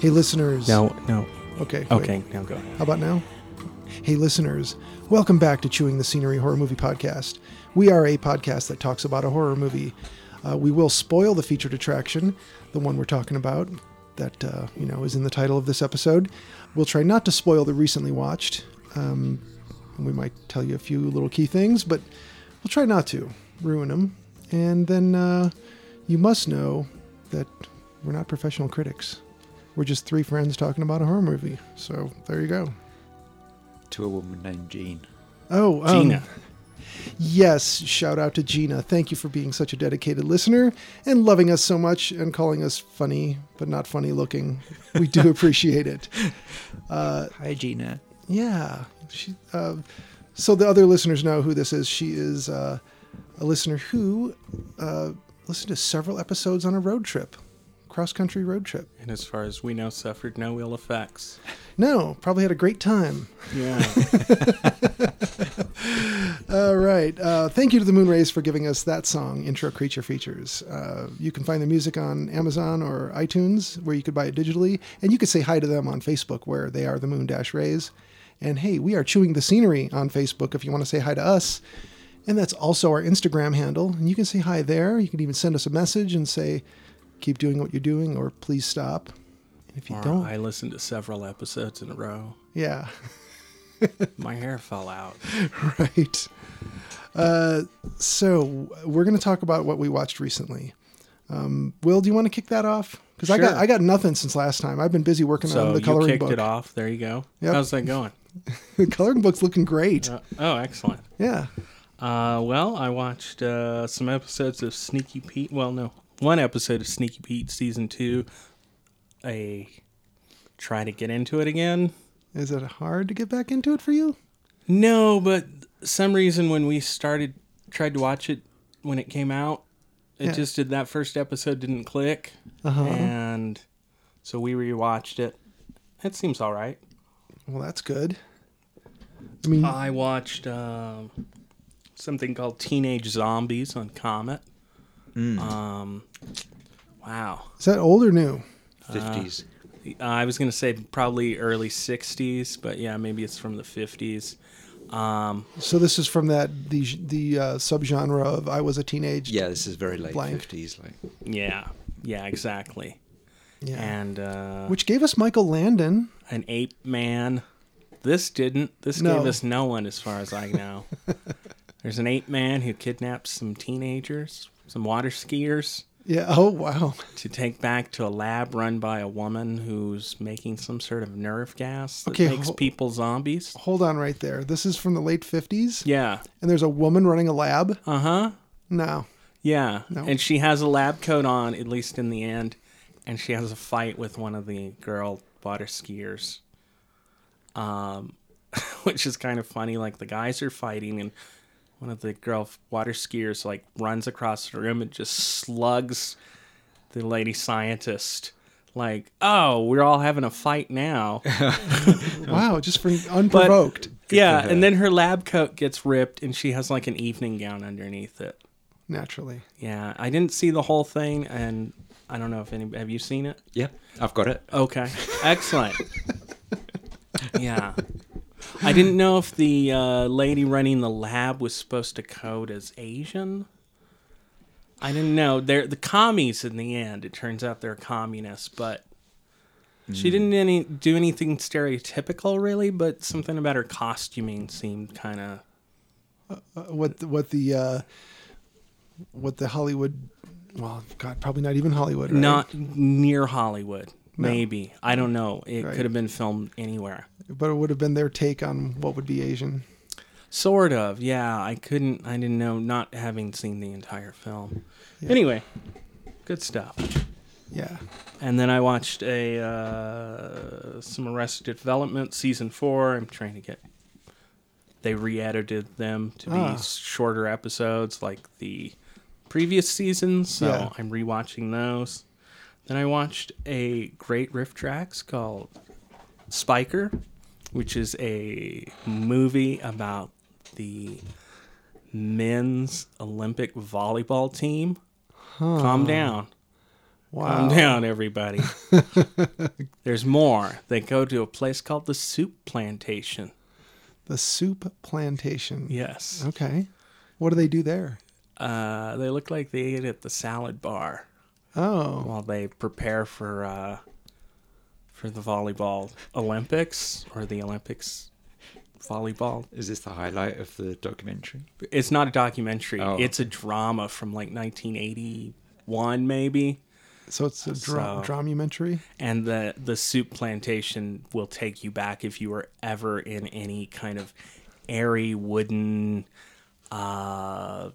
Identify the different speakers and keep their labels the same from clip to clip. Speaker 1: Hey, listeners.
Speaker 2: No, no.
Speaker 1: Okay. wait.
Speaker 2: Okay, now go.
Speaker 1: How about now? Hey, listeners. Welcome back to Chewing the Scenery Horror Movie Podcast. We are a podcast that talks about a horror movie. Uh, we will spoil the featured attraction, the one we're talking about, that uh, you know is in the title of this episode. We'll try not to spoil the recently watched. Um, and we might tell you a few little key things, but we'll try not to ruin them. And then uh, you must know that we're not professional critics. We're just three friends talking about a horror movie. So there you go.
Speaker 3: to a woman named Jean.
Speaker 1: Oh, um,
Speaker 2: Gina.
Speaker 1: Yes, shout out to Gina. Thank you for being such a dedicated listener and loving us so much and calling us funny but not funny looking. We do appreciate it. Uh,
Speaker 3: Hi, Gina.
Speaker 1: Yeah. She, uh, so the other listeners know who this is. She is uh, a listener who uh, listened to several episodes on a road trip, cross country road trip.
Speaker 2: And as far as we know, suffered no ill effects.
Speaker 1: No, probably had a great time.
Speaker 2: Yeah.
Speaker 1: All right. Uh, thank you to the Moon Rays for giving us that song, Intro Creature Features. Uh, you can find the music on Amazon or iTunes, where you could buy it digitally. And you could say hi to them on Facebook, where they are the Moon Dash Rays. And hey, we are Chewing the Scenery on Facebook if you want to say hi to us. And that's also our Instagram handle. And you can say hi there. You can even send us a message and say, keep doing what you're doing, or please stop. And if you
Speaker 2: Or
Speaker 1: don't,
Speaker 2: I listened to several episodes in a row.
Speaker 1: yeah.
Speaker 2: My hair fell out.
Speaker 1: right. Uh, so we're going to talk about what we watched recently. Um, Will, do you want to kick that off? Because I got
Speaker 2: Sure.
Speaker 1: I got nothing since last time. I've been busy working
Speaker 2: So
Speaker 1: on the
Speaker 2: you
Speaker 1: coloring
Speaker 2: kicked
Speaker 1: book.
Speaker 2: it off. There you go.
Speaker 1: Yep.
Speaker 2: How's that going?
Speaker 1: the coloring book's looking great.
Speaker 2: Uh, oh, excellent.
Speaker 1: yeah.
Speaker 2: Uh, well, I watched uh, some episodes of Sneaky Pete. Well, no, one episode of Sneaky Pete season two. I try to get into it again.
Speaker 1: Is it hard to get back into it for you?
Speaker 2: No, but some reason when we started tried to watch it when it came out, it
Speaker 1: Yeah. Uh-huh.
Speaker 2: just did that first episode didn't click, and so we rewatched it. It seems all right.
Speaker 1: Well, that's good. I mean,
Speaker 2: I watched um, something called Teenage Zombies on Comet. Um, wow.
Speaker 1: is that old or new?
Speaker 3: 50s.
Speaker 2: Uh, I was gonna say probably early '60s, but yeah, maybe it's from the '50s. Um,
Speaker 1: So this is from that the the uh, subgenre of I was a teenage.
Speaker 3: yeah, this is very late
Speaker 1: Blank.
Speaker 3: 50s. Like,
Speaker 2: yeah, yeah, exactly.
Speaker 1: Yeah.
Speaker 2: And uh,
Speaker 1: Which gave us Michael Landon.
Speaker 2: an ape man. This didn't. This
Speaker 1: No.
Speaker 2: gave us no one, as far as I know. There's an ape man who kidnaps some teenagers, some water skiers,
Speaker 1: Yeah. Oh wow.
Speaker 2: to take back to a lab run by a woman who's making some sort of nerve gas that
Speaker 1: Okay,
Speaker 2: makes
Speaker 1: hol-
Speaker 2: people zombies.
Speaker 1: Hold on right there. This is from the late fifties,
Speaker 2: Yeah.
Speaker 1: and there's a woman running a lab.
Speaker 2: Uh huh.
Speaker 1: No.
Speaker 2: Yeah.
Speaker 1: No.
Speaker 2: And she has a lab coat on, at least in the end, and she has a fight with one of the girl water skiers. Um which is kind of funny. Like the guys are fighting and one of the girl water skiers like runs across the room and just slugs the lady scientist like, Oh, we're all having a fight now.
Speaker 1: Wow, just for unprovoked.
Speaker 2: yeah,
Speaker 3: for
Speaker 2: and then her lab coat gets ripped and she has like an evening gown underneath it.
Speaker 1: naturally.
Speaker 2: Yeah, I didn't see the whole thing, and I don't know if any. Have you seen it?
Speaker 3: yeah, I've got it.
Speaker 2: Okay, excellent. yeah, I didn't know if the uh, lady running the lab was supposed to code as Asian. I didn't know. They're the commies in the end. It turns out they're communists, but she didn't any do anything stereotypical really. But something about her costuming seemed kind of
Speaker 1: Uh, what the, what the uh, what the Hollywood? Well, God, probably not even Hollywood. Right?
Speaker 2: not near Hollywood.
Speaker 1: No.
Speaker 2: Maybe I don't know. It
Speaker 1: Right.
Speaker 2: could have been filmed anywhere.
Speaker 1: but it would have been their take on what would be Asian.
Speaker 2: Sort of, yeah. I couldn't. I didn't know, not having seen the entire film. Anyway, good stuff.
Speaker 1: Yeah.
Speaker 2: And then I watched a uh, some Arrested Development season four. I'm trying to get. They re-edited them to be
Speaker 1: Ah.
Speaker 2: shorter episodes, like the previous seasons. So
Speaker 1: Yeah.
Speaker 2: I'm rewatching those. Then I watched a great riff tracks called Spiker, which is a movie about the men's Olympic volleyball team. Calm down.
Speaker 1: Wow.
Speaker 2: Calm down, everybody. There's more. They go to a place called the Soup Plantation.
Speaker 1: The soup plantation.
Speaker 2: Yes.
Speaker 1: Okay. What do they do there?
Speaker 2: Uh, they look like they ate at the salad bar
Speaker 1: Oh.
Speaker 2: while they prepare for uh, for the volleyball Olympics or the Olympics volleyball.
Speaker 3: Is this the highlight of the documentary?
Speaker 2: It's not a documentary.
Speaker 3: Oh.
Speaker 2: It's a drama from like 1981, maybe.
Speaker 1: So it's a dra-
Speaker 2: So-
Speaker 1: dramumentary?
Speaker 2: and the the soup plantation will take you back if you were ever in any kind of airy wooden uh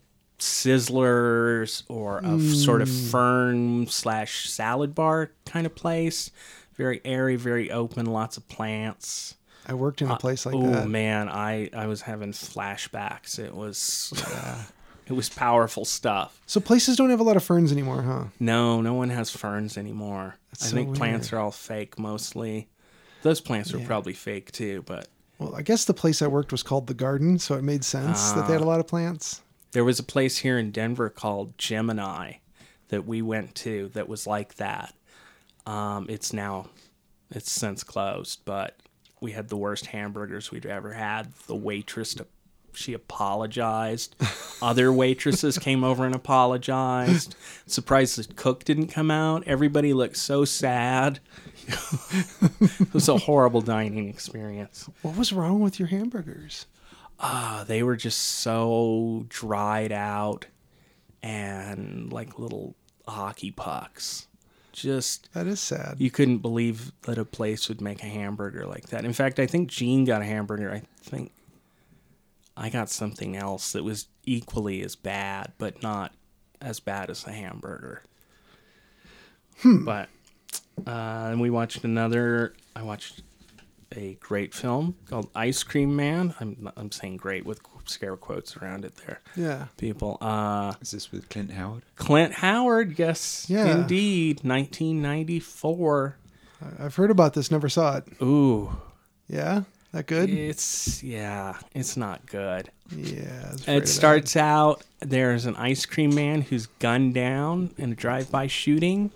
Speaker 2: sizzlers or a f- sort of
Speaker 1: Mm.
Speaker 2: fern slash salad bar kind of place very airy very open lots of plants
Speaker 1: I worked in a place like
Speaker 2: oh
Speaker 1: that.
Speaker 2: man i i was having flashbacks it was it was powerful stuff
Speaker 1: So places don't have a lot of ferns anymore, huh?
Speaker 2: no, no one has ferns anymore. I
Speaker 1: so
Speaker 2: think plants are all fake mostly. Those plants were probably fake too, but
Speaker 1: Well, I guess the place I worked was called the garden, so it made sense that they
Speaker 2: Ah.
Speaker 1: had a lot of plants.
Speaker 2: there was a place here in Denver called Gemini that we went to that was like that. Um, it's now, it's since closed, but we had the worst hamburgers we'd ever had. The waitress, she apologized. Other waitresses came over and apologized. Surprised the cook didn't come out. Everybody looked so sad. it was a horrible dining experience.
Speaker 1: What was wrong with your hamburgers?
Speaker 2: Ah, they were just so dried out and like little hockey pucks. Just
Speaker 1: That is sad.
Speaker 2: you couldn't believe that a place would make a hamburger like that. In fact, I think Gene got a hamburger. I think I got something else that was equally as bad, but not as bad as the hamburger. But uh, and we watched another. I watched a great film called Ice Cream Man. I'm I'm saying great with scare quotes around it there.
Speaker 1: Yeah.
Speaker 2: People, uh,
Speaker 3: Is this with Clint Howard?
Speaker 2: Clint Howard, yes,
Speaker 1: Yeah.
Speaker 2: indeed, 1994.
Speaker 1: I- I've heard about this, never saw it.
Speaker 2: Ooh,
Speaker 1: Yeah? That good? Yeah.
Speaker 2: it's yeah, it's not good.
Speaker 1: I was afraid of
Speaker 2: It
Speaker 1: that.
Speaker 2: starts out there's an ice cream man who's gunned down in a drive-by shooting.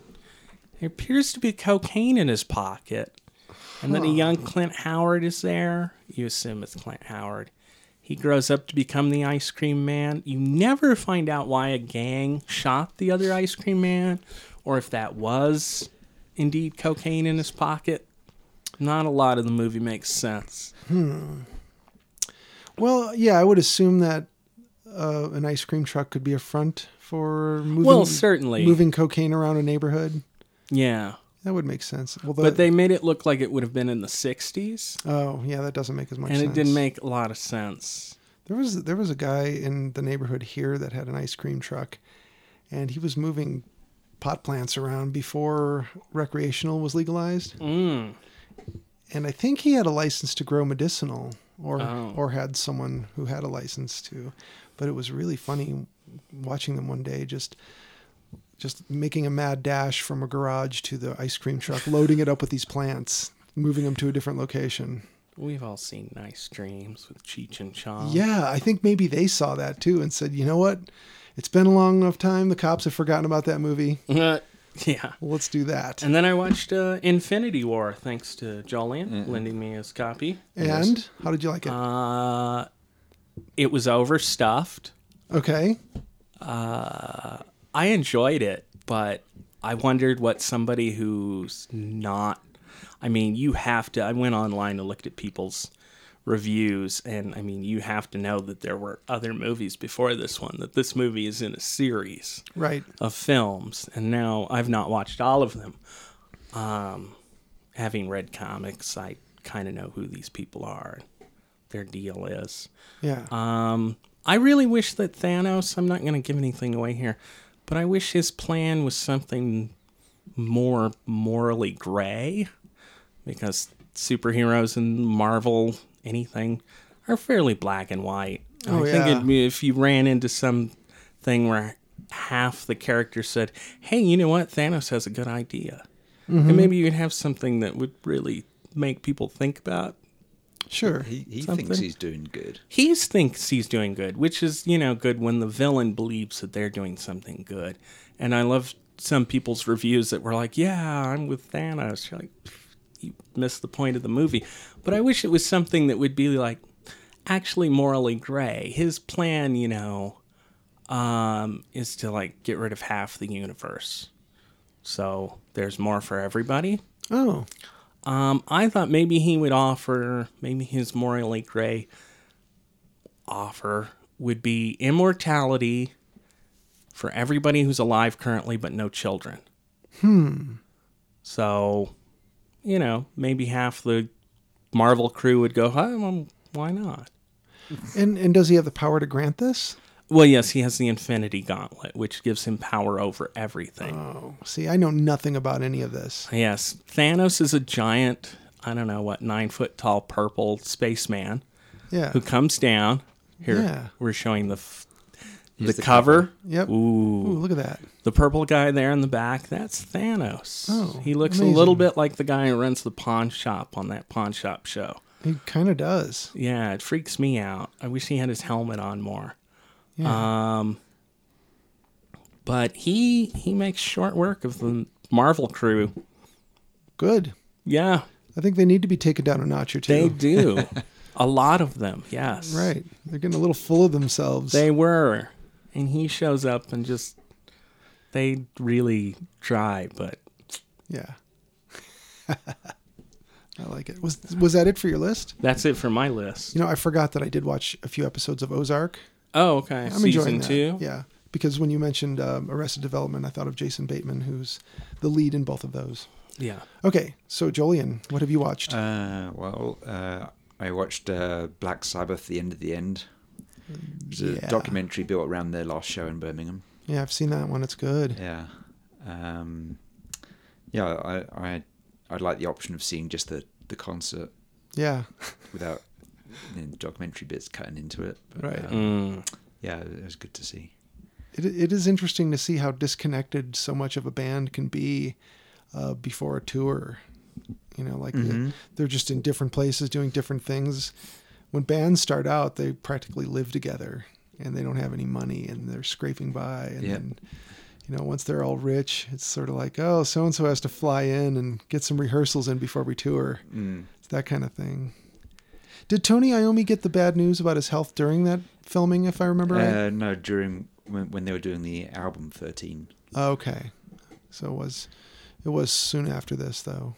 Speaker 2: There appears to be cocaine in his pocket. And then a young Clint Howard is there. You assume it's Clint Howard. He grows up to become the ice cream man. You never find out why a gang shot the other ice cream man or if that was indeed cocaine in his pocket. Not a lot of the movie makes sense.
Speaker 1: Well, yeah, I would assume that uh, an ice cream truck could be a front for moving,
Speaker 2: Well, certainly.
Speaker 1: moving cocaine around a neighborhood.
Speaker 2: Yeah.
Speaker 1: That would make sense. Well, the,
Speaker 2: But they made it look like it would have been in the 60s,
Speaker 1: Oh, yeah, that doesn't make as much
Speaker 2: and
Speaker 1: sense.
Speaker 2: it didn't make a lot of sense.
Speaker 1: There was there was a guy in the neighborhood here that had an ice cream truck, and he was moving pot plants around before recreational was legalized.
Speaker 2: Mm.
Speaker 1: And I think he had a license to grow medicinal, or
Speaker 2: Oh.
Speaker 1: or had someone who had a license to. But it was really funny watching them one day just just making a mad dash from a garage to the ice cream truck, loading it up with these plants, moving them to a different location.
Speaker 2: We've all seen Nice Dreams with Cheech and Chong.
Speaker 1: Yeah, I think maybe they saw that too and said, you know what? It's been a long enough time. The cops have forgotten about that movie.
Speaker 2: Yeah. yeah.
Speaker 1: Well, let's do that.
Speaker 2: And then I watched uh, Infinity War, thanks to Jolien lending me his copy.
Speaker 1: And how did you like it?
Speaker 2: Uh, it was overstuffed.
Speaker 1: okay.
Speaker 2: I enjoyed it, but I wondered what somebody who's not. I mean, you have to. I went online and looked at people's reviews, and I mean, you have to know that there were other movies before this one, that this movie is in a series
Speaker 1: Right.
Speaker 2: of films, and now I've not watched all of them. Um, having read comics, I kind of know who these people are. their deal is.
Speaker 1: Yeah.
Speaker 2: Um, I really wish that Thanos. I'm not going to give anything away here, but I wish his plan was something more morally gray, because superheroes and Marvel anything are fairly black and white.
Speaker 1: Oh,
Speaker 2: I think
Speaker 1: yeah.
Speaker 2: it'd be if you ran into some thing where half the characters said, "Hey, you know what? Thanos has a good idea,"
Speaker 1: Mm-hmm.
Speaker 2: and maybe you'd have something that would really make people think about
Speaker 1: sure.
Speaker 3: He, he
Speaker 2: Something.
Speaker 3: thinks he's doing good.
Speaker 2: he thinks he's doing good, which is, you know, good when the villain believes that they're doing something good. And I love some people's reviews that were like, yeah, I'm with Thanos. You're like, you missed the point of the movie. But I wish it was something that would be like actually morally gray. His plan, you know, um, is to like get rid of half the universe. So there's more for everybody.
Speaker 1: Oh,
Speaker 2: Um, I thought maybe he would offer, maybe his morally gray offer would be immortality for everybody who's alive currently but no children. Hmm. So, you know, maybe half the Marvel crew would go, huh, well, why not?
Speaker 1: and and does he have the power to grant this?
Speaker 2: Well, yes, he has the Infinity Gauntlet, which gives him power over everything.
Speaker 1: Oh, see, I know nothing about any of this.
Speaker 2: Yes, Thanos is a giant, I don't know what, nine foot tall purple spaceman.
Speaker 1: Yeah.
Speaker 2: who comes down. Here
Speaker 1: Yeah.
Speaker 2: we're showing the f- the,
Speaker 3: Here's the
Speaker 2: cover.
Speaker 1: Yep. Ooh,
Speaker 2: Ooh,
Speaker 1: look at that.
Speaker 2: the purple guy there in the back. That's Thanos.
Speaker 1: Oh,
Speaker 2: he looks
Speaker 1: amazing.
Speaker 2: a little bit like the guy who runs the pawn shop on that pawn shop show.
Speaker 1: He kind of does.
Speaker 2: Yeah, it freaks me out. I wish he had his helmet on more. Uh,
Speaker 1: Yeah.
Speaker 2: But he he makes short work of the Marvel crew.
Speaker 1: Good.
Speaker 2: Yeah,
Speaker 1: I think they need to be taken down a notch or two.
Speaker 2: they do. a lot of them. Yes.
Speaker 1: Right. They're getting a little full of themselves.
Speaker 2: They were. And he shows up and just they really try, but
Speaker 1: yeah. I like it. Was was that it for your list?
Speaker 2: That's it for my list.
Speaker 1: You know, I forgot that I did watch a few episodes of Ozark.
Speaker 2: Oh, okay.
Speaker 1: I'm enjoying
Speaker 2: Season
Speaker 1: that.
Speaker 2: two.
Speaker 1: Yeah. Because when you mentioned um, Arrested Development, I thought of Jason Bateman, who's the lead in both of those.
Speaker 2: Yeah.
Speaker 1: Okay, so Jolien, what have you watched?
Speaker 3: Uh, well, uh, I watched uh, Black Sabbath, The End of the End. It's a
Speaker 1: Yeah.
Speaker 3: documentary built around their last show in Birmingham.
Speaker 1: yeah, I've seen that one. It's good.
Speaker 3: Yeah. Um, yeah, I, I, I'd like the option of seeing just the, the concert
Speaker 1: Yeah.
Speaker 3: without you know, documentary bits cutting into it. But,
Speaker 1: Right.
Speaker 3: um,
Speaker 2: Mm.
Speaker 3: yeah, it was good to see.
Speaker 1: It, it is interesting to see how disconnected so much of a band can be uh, before a tour. You know, like
Speaker 3: Mm-hmm.
Speaker 1: the, they're just in different places doing different things. When bands start out, they practically live together and they don't have any money and they're scraping by. And
Speaker 3: Yeah.
Speaker 1: then, you know, once they're all rich, it's sort of like, oh, so and so has to fly in and get some rehearsals in before we tour.
Speaker 3: Mm.
Speaker 1: It's that kind of thing. Did Tony Iommi get the bad news about his health during that filming, if I remember right?
Speaker 3: Uh, no, during when, when they were doing the album 13.
Speaker 1: Okay. So it was it was soon after this though.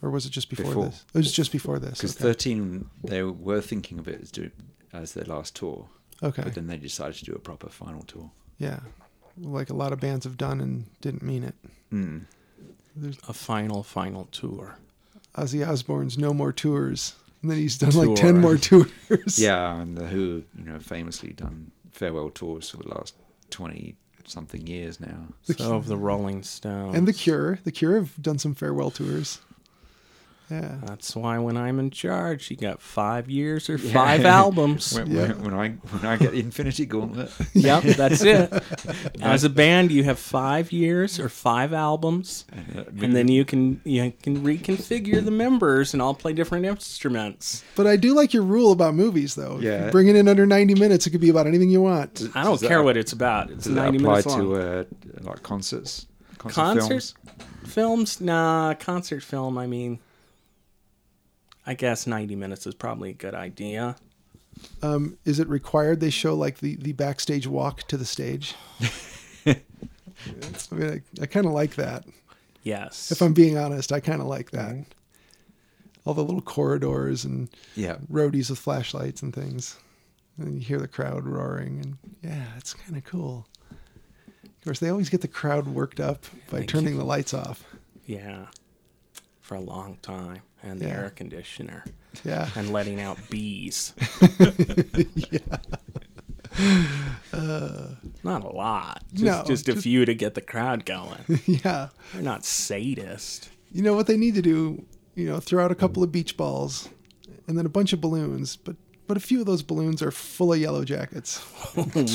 Speaker 1: Or was it just before,
Speaker 3: Before.
Speaker 1: this? It was just before this.
Speaker 3: Because
Speaker 1: Okay.
Speaker 3: 13, they were thinking of it as, do, as their last tour,
Speaker 1: okay.
Speaker 3: but then they decided to do a proper final tour.
Speaker 1: Yeah. Like a lot of bands have done and didn't mean it.
Speaker 3: Mm.
Speaker 2: A final, final tour.
Speaker 1: Ozzy Osbourne's no more tours. And then he's done like
Speaker 2: Tour.
Speaker 1: 10 more tours.
Speaker 3: Yeah, and the Who, you know, famously done farewell tours for the last 20 something years now.
Speaker 1: The
Speaker 2: so of the Rolling Stones.
Speaker 1: And The Cure, The Cure have done some farewell tours. Yeah.
Speaker 2: That's why when I'm in charge, you got five years or five albums.
Speaker 3: When,
Speaker 1: Yeah.
Speaker 3: when, when I when I get the Infinity Gauntlet,
Speaker 2: yep, that's it. As a band, you have five years or five albums,
Speaker 3: Uh,
Speaker 2: and then you can you can reconfigure the members and all play different instruments.
Speaker 1: But I do like your rule about movies though. If you
Speaker 3: Yeah.
Speaker 1: Bring it in under 90 minutes. It could be about anything you want.
Speaker 2: I don't
Speaker 3: Does that-
Speaker 2: care what it's about. It's
Speaker 3: does that
Speaker 2: 90
Speaker 3: apply
Speaker 2: minutes long.
Speaker 3: to uh, like concerts, concert
Speaker 2: Concert-
Speaker 3: films?
Speaker 2: films nah concert film i mean i guess 90 minutes is probably a good idea
Speaker 1: Um, is it required they show like the, the backstage walk to the stage? I mean, I, I kind of like that.
Speaker 2: yes
Speaker 1: If I'm being honest, I kind of like that. All the little corridors and
Speaker 3: Yeah,
Speaker 1: roadies with flashlights and things. And you hear the crowd roaring, and yeah, it's kind of cool. Of course, they always get the crowd worked up by
Speaker 2: Thank
Speaker 1: turning the lights off.
Speaker 2: yeah for a long time and the
Speaker 1: Yeah.
Speaker 2: air conditioner
Speaker 1: Yeah.
Speaker 2: and letting out bees. Not a lot. Just,
Speaker 1: No,
Speaker 2: just a few to get the crowd going.
Speaker 1: yeah.
Speaker 2: They're not sadists.
Speaker 1: You know what they need to do? You know, throw out a couple of beach balls and then a bunch of balloons, but but a few of those balloons are full of yellow jackets.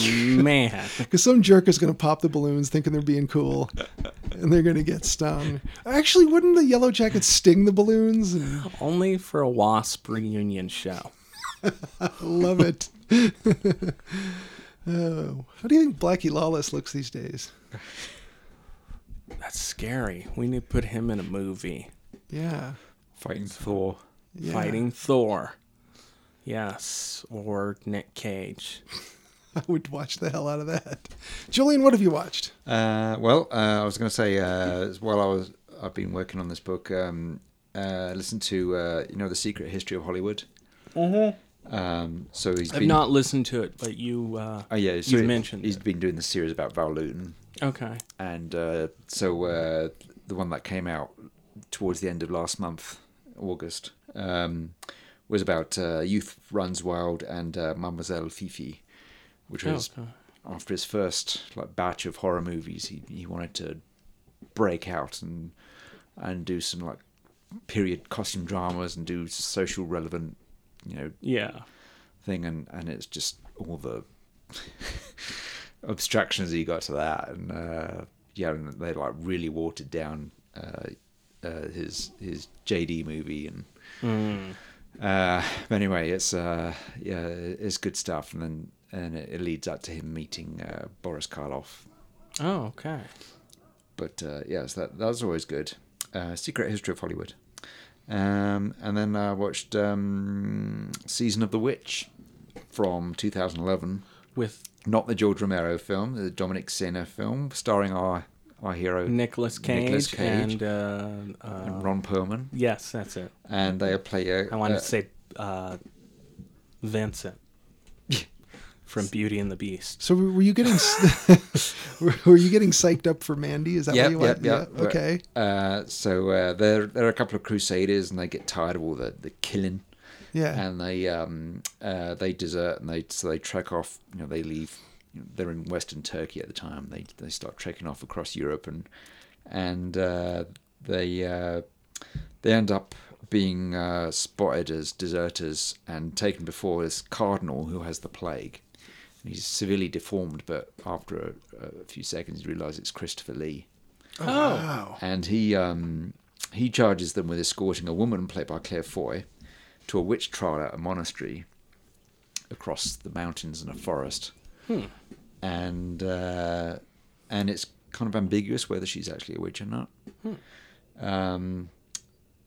Speaker 2: Man.
Speaker 1: Because some jerk is going to pop the balloons thinking they're being cool, and they're going to get stung. Actually, wouldn't the yellow jackets sting the balloons? And
Speaker 2: Only for a wasp reunion show.
Speaker 1: love it. oh, how do you think Blackie Lawless looks these days?
Speaker 2: That's scary. We need to put him in a movie.
Speaker 1: Yeah,
Speaker 3: Fighting Thor.
Speaker 1: yeah.
Speaker 2: Fighting Thor. Yes. Or Nick Cage.
Speaker 1: I would watch the hell out of that. Julian, what have you watched?
Speaker 3: Uh, well, uh, I was going to say uh, while I was I've been working on this book. Um, uh, listen to uh, you know the Secret History of Hollywood. Um, so he's
Speaker 2: I've
Speaker 3: been,
Speaker 2: not listened to it, but you uh,
Speaker 3: Oh yeah, so
Speaker 2: you
Speaker 3: he-
Speaker 2: mentioned
Speaker 3: he's
Speaker 2: it.
Speaker 3: been doing the series about Val Luton,
Speaker 2: Okay.
Speaker 3: and uh, so uh, the one that came out towards the end of last month, August, um, was about uh, youth runs wild and uh, Mademoiselle Fifi, which
Speaker 2: Oh,
Speaker 3: was
Speaker 2: okay.
Speaker 3: after his first like batch of horror movies, he he wanted to break out and and do some like period costume dramas and do social relevant, you know,
Speaker 2: Yeah.
Speaker 3: thing and and it's just all the abstractions he got to that and uh yeah and they like really watered down uh, uh his his jd movie and uh but anyway it's uh yeah it's good stuff and then and it, it leads up to him meeting uh boris karloff
Speaker 2: Oh, okay.
Speaker 3: but uh yeah so that that's always good uh secret history of hollywood um and then i watched um season of the witch from 2011
Speaker 2: With
Speaker 3: not the George Romero film, the Dominic Senna film, starring our our hero
Speaker 2: Nicolas Cage,
Speaker 3: Nicolas Cage.
Speaker 2: and uh, uh,
Speaker 3: and Ron Perlman,
Speaker 2: yes, that's it.
Speaker 3: and they play a.
Speaker 2: I wanted
Speaker 3: uh,
Speaker 2: to say uh, Vincent from Beauty and the Beast.
Speaker 1: So were you getting s- were you getting psyched up for Mandy? Is that
Speaker 3: Yep,
Speaker 1: what you
Speaker 3: yep,
Speaker 1: watched?
Speaker 3: yep.
Speaker 1: Yeah. Okay.
Speaker 3: Uh, so uh, they're they're a couple of crusaders, and they get tired of all the the killing,
Speaker 1: Yeah.
Speaker 3: and they um uh, they desert, and they so they trek off. You know, they leave. You know, they're in Western Turkey at the time. They they start trekking off across Europe, and and uh, they uh, they end up being uh, spotted as deserters and taken before this cardinal who has the plague. And he's severely deformed, but after a, a few seconds, you realise it's Christopher Lee,
Speaker 2: Oh,
Speaker 1: wow.
Speaker 3: and he um, he charges them with escorting a woman played by Claire Foy to a witch trial at a monastery across the mountains and a forest
Speaker 2: Hmm.
Speaker 3: and uh, and it's kind of ambiguous whether she's actually a witch or not.
Speaker 2: Hmm.
Speaker 3: Um,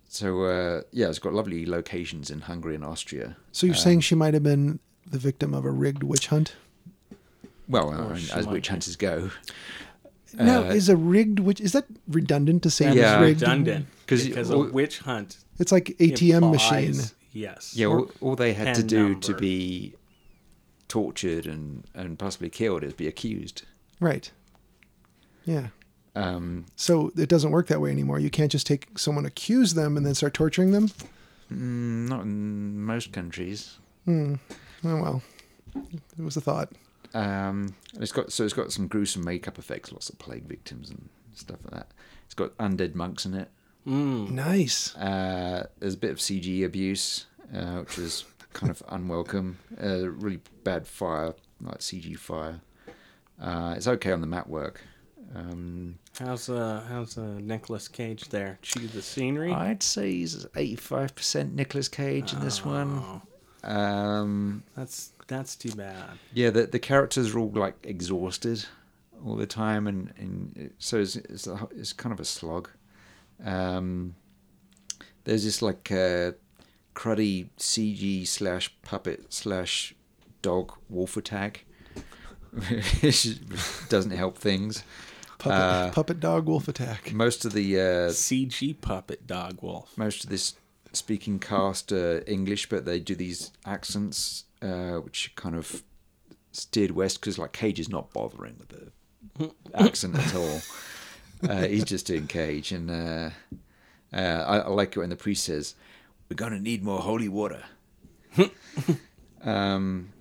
Speaker 3: so uh, yeah, it's got lovely locations in Hungary and Austria.
Speaker 1: So you're saying she might have been the victim of a rigged witch hunt?
Speaker 3: Well, I mean,
Speaker 2: Oh, she
Speaker 3: as
Speaker 2: might
Speaker 3: witch
Speaker 2: be.
Speaker 3: hunters go,
Speaker 1: Now,
Speaker 3: Uh,
Speaker 1: is a rigged witch is that redundant to say it
Speaker 3: Yeah.
Speaker 1: was rigged?
Speaker 2: redundant
Speaker 3: 'Cause-
Speaker 2: because a witch hunt
Speaker 1: It's like ATM machine.
Speaker 2: implies- Yes.
Speaker 3: yeah, all, all they had to
Speaker 2: pen
Speaker 3: do to
Speaker 2: number.
Speaker 3: be tortured and and possibly killed is be accused.
Speaker 1: Right. Yeah.
Speaker 3: Um,
Speaker 1: So it doesn't work that way anymore. You can't just take someone, accuse them, and then start torturing them.
Speaker 3: mm, not in most countries.
Speaker 1: Oh well, it was a thought.
Speaker 3: Um, and it's got so it's got some gruesome makeup effects, lots of plague victims and stuff like that. It's got undead monks in it.
Speaker 2: Hmm.
Speaker 1: Nice.
Speaker 3: Uh, there's a bit of CG abuse, uh, which is kind of unwelcome. Uh, really bad fire, like CG fire. Uh, it's okay on the map work. Um,
Speaker 2: How's uh how's uh Nicolas Cage there? Chew the scenery.
Speaker 3: I'd say he's 85% Nicolas Cage in this one. Um,
Speaker 2: That's that's too bad.
Speaker 3: yeah, the, the characters are all like exhausted all the time, and, and it, so it's, it's, a, it's kind of a slog. Um, there's this like uh, cruddy CG slash puppet slash dog wolf attack, which doesn't help things.
Speaker 1: Puppet,
Speaker 3: Uh,
Speaker 1: puppet dog wolf attack.
Speaker 3: Most of the uh,
Speaker 2: CG puppet dog wolf.
Speaker 3: most of this speaking cast are English, but they do these accents uh, which kind of steered west because like Cage is not bothering with the accent at all. Uh, he's just doing Cage, and uh, uh, I, I like it when the priest says, We're going to need more holy water. um,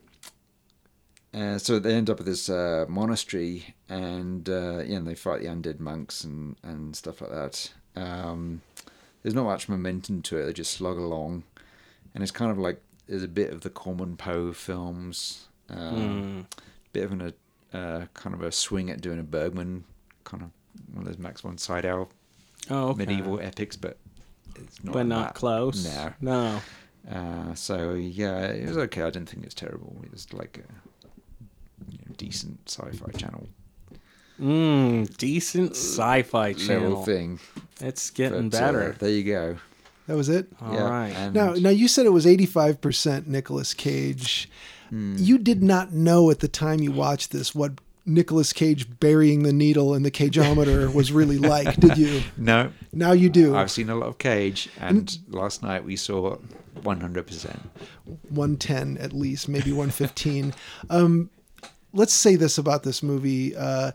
Speaker 3: uh, so they end up at this uh, monastery, and uh, yeah, and they fight the undead monks and, and stuff like that. Um, there's not much momentum to it; they just slog along, and it's kind of like there's a bit of the Corman Poe films, um,
Speaker 2: Hmm.
Speaker 3: bit of an, a uh, kind of a swing at doing a Bergman kind of one of those Max von Sydow
Speaker 2: Oh, okay.
Speaker 3: medieval epics, but it's not
Speaker 2: but not
Speaker 3: that-
Speaker 2: close.
Speaker 3: No,
Speaker 2: No.
Speaker 3: uh, so yeah, it was okay. I didn't think it was terrible. It was like a you know, decent sci-fi channel
Speaker 2: Mm, decent sci-fi
Speaker 3: level
Speaker 2: channel.
Speaker 3: thing.
Speaker 2: It's getting
Speaker 3: But, uh,
Speaker 2: better.
Speaker 3: there you go.
Speaker 1: That was it.
Speaker 2: All right.
Speaker 3: yeah. and-
Speaker 1: Now, now you said it was 85% Nicolas Cage. You did not know at the time you watched this what Nicolas Cage burying the needle in the cageometer was really like, did you?
Speaker 3: no,
Speaker 1: Now you do.
Speaker 3: I've seen a lot of Cage, and last night we saw 100. percent
Speaker 1: 110 at least, maybe 115. um, let's say this about this movie. Uh,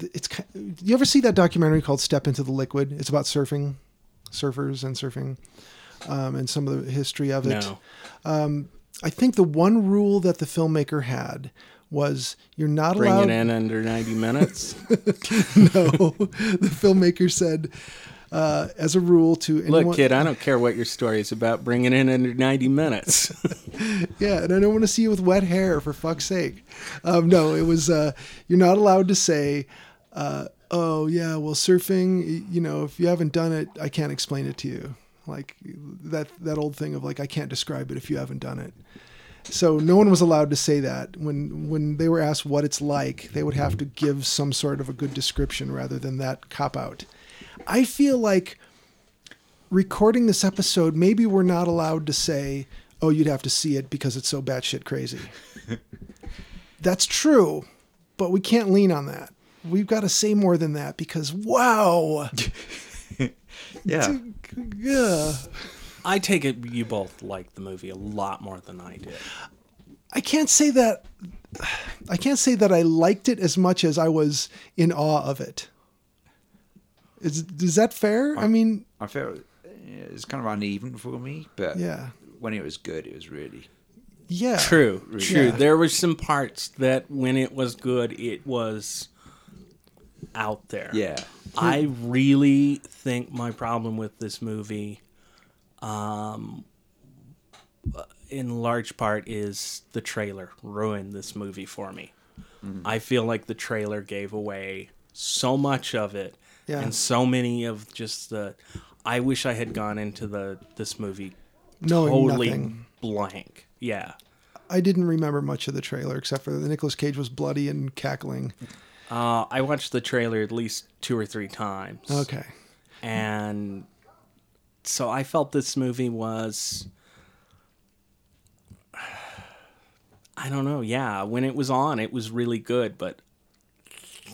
Speaker 1: it's ki- you ever see that documentary called Step into the Liquid? It's about surfing, surfers and surfing, um, and some of the history of it.
Speaker 2: No.
Speaker 1: I think the one rule that the filmmaker had was you're not
Speaker 2: Bring
Speaker 1: allowed
Speaker 2: it in under 90 minutes.
Speaker 1: no. the filmmaker said uh, as a rule to anyone
Speaker 2: Look, kid, I don't care what your story is about. Bring it in under 90 minutes.
Speaker 1: Yeah, and I don't want to see you with wet hair for fuck's sake. Um, no, it was uh, you're not allowed to say, uh, "Oh yeah, well surfing." y- You know, if you haven't done it, I can't explain it to you. Like that that old thing of like I can't describe it if you haven't done it. So no one was allowed to say that when when they were asked what it's like, they would have to give some sort of a good description rather than that cop out. I feel like recording this episode, maybe we're not allowed to say, "Oh, you'd have to see it because it's so batshit crazy." That's true, but we can't lean on that. We've got to say more than that because wow,
Speaker 3: Yeah,
Speaker 1: yeah.
Speaker 2: I take it you both like the movie a lot more than I did.
Speaker 1: I can't say that. I can't say that I liked it as much as I was in awe of it. Is is that fair? I mean,
Speaker 3: I felt it's kind of uneven for me, but
Speaker 1: yeah,
Speaker 3: when it was good, it was really
Speaker 1: yeah,
Speaker 2: True, true.
Speaker 1: Yeah.
Speaker 2: There were some parts that when it was good, it was out there.
Speaker 3: yeah.
Speaker 2: I really think my problem with this movie, um, in large part, is the trailer ruined this movie for me. I feel like the trailer gave away so much of it,
Speaker 1: Yeah.
Speaker 2: and so many of just the. I wish I had gone into the this movie
Speaker 1: Knowing
Speaker 2: totally
Speaker 1: nothing.
Speaker 2: blank. Yeah.
Speaker 1: I didn't remember much of the trailer except for the Nicolas Cage was bloody and cackling.
Speaker 2: Uh, I watched the trailer at least two or three times.
Speaker 1: Okay.
Speaker 2: And so I felt this movie was. I don't know. Yeah. When it was on, it was really good. But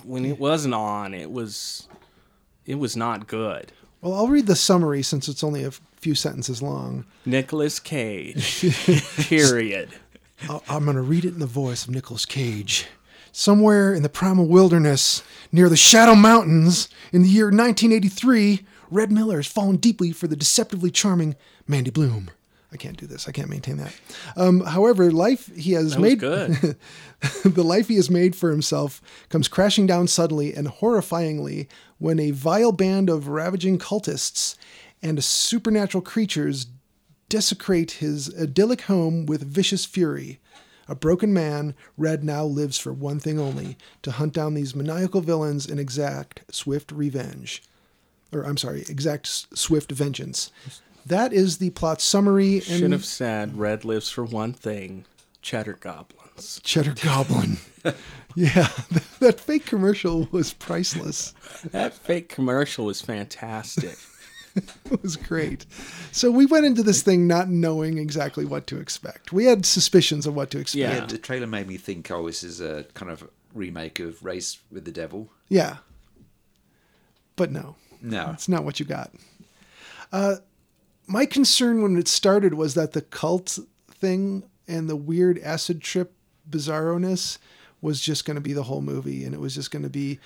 Speaker 2: when it wasn't on, it was. It was not good.
Speaker 1: Well, I'll read the summary since it's only a f- few sentences long.
Speaker 2: Nicolas Cage. period.
Speaker 1: I- I'm going to read it in the voice of Nicolas Cage. Somewhere in the primal wilderness near the Shadow Mountains in the year 1983, Red Miller has fallen deeply for the deceptively charming Mandy Bloom. I can't do this. I can't maintain that. Um, however, life he has
Speaker 2: That was
Speaker 1: made
Speaker 2: good.
Speaker 1: the life he has made for himself comes crashing down suddenly and horrifyingly when a vile band of ravaging cultists and supernatural creatures desecrate his idyllic home with vicious fury. A broken man, Red now lives for one thing only to hunt down these maniacal villains and exact swift revenge. Or, I'm sorry, exact s- swift vengeance. That is the plot summary. And
Speaker 2: Should have said Red lives for one thing cheddar goblins.
Speaker 1: Cheddar Goblin. yeah, that fake commercial was priceless.
Speaker 2: That fake commercial was fantastic.
Speaker 1: It was great. So we went into this thing not knowing exactly what to expect. We had suspicions of what to
Speaker 3: yeah,
Speaker 1: expect.
Speaker 2: Yeah.
Speaker 3: The trailer made me think, oh, this is a kind of remake of Race with the Devil.
Speaker 1: Yeah. But no,
Speaker 3: No,
Speaker 1: that's not what you got. Uh, my concern when it started was that the cult thing and the weird acid trip bizarroness was just going to be the whole movie, and it was just going to be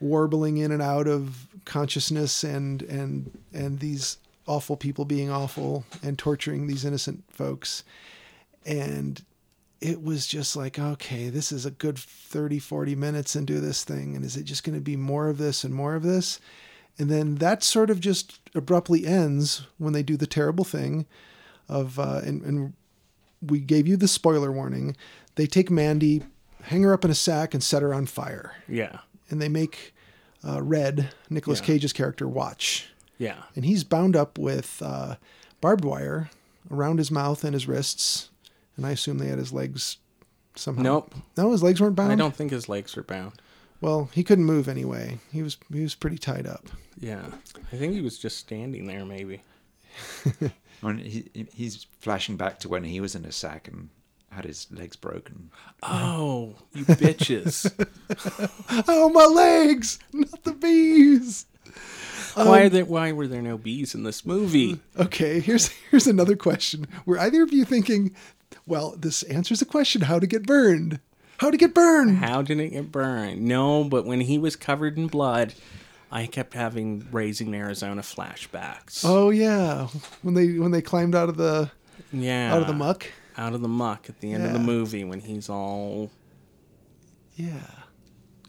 Speaker 1: warbling in and out of consciousness and and and these awful people being awful and torturing these innocent folks. And it was just like, okay, this is a good 30, 40 minutes into this thing. And is it just going to be more of this and more of this? And then that sort of just abruptly ends when they do the terrible thing of, uh, and, and we gave you the spoiler warning. They take Mandy, hang her up in a sack, and set her on fire.
Speaker 2: Yeah.
Speaker 1: And they make uh, Red, Nicolas
Speaker 2: Yeah.
Speaker 1: Cage's character, watch.
Speaker 2: Yeah.
Speaker 1: And he's bound up with uh, barbed wire around his mouth and his wrists. And I assume they had his legs somehow.
Speaker 2: Nope.
Speaker 1: No, his legs weren't bound.
Speaker 2: I don't think his legs are bound.
Speaker 1: Well, he couldn't move anyway. He was he was pretty tied up.
Speaker 2: Yeah. I think he was just standing there, maybe.
Speaker 3: I mean, he, he's flashing back to when he was in a sack and had his legs broken.
Speaker 2: Oh, you bitches.
Speaker 1: Oh, my legs! Not the bees.
Speaker 2: why are there why were there no bees in this movie?
Speaker 1: Okay, here's here's another question. Were either of you thinking, well, this answers the question: how to get burned? How to get burned?
Speaker 2: How did it get burned? No, but when he was covered in blood, I kept having raising Arizona flashbacks.
Speaker 1: Oh yeah, when they when they climbed out of the
Speaker 2: yeah.
Speaker 1: out of the muck.
Speaker 2: Out of the muck at the end of the
Speaker 1: Yeah.
Speaker 2: movie when he's all
Speaker 1: Yeah,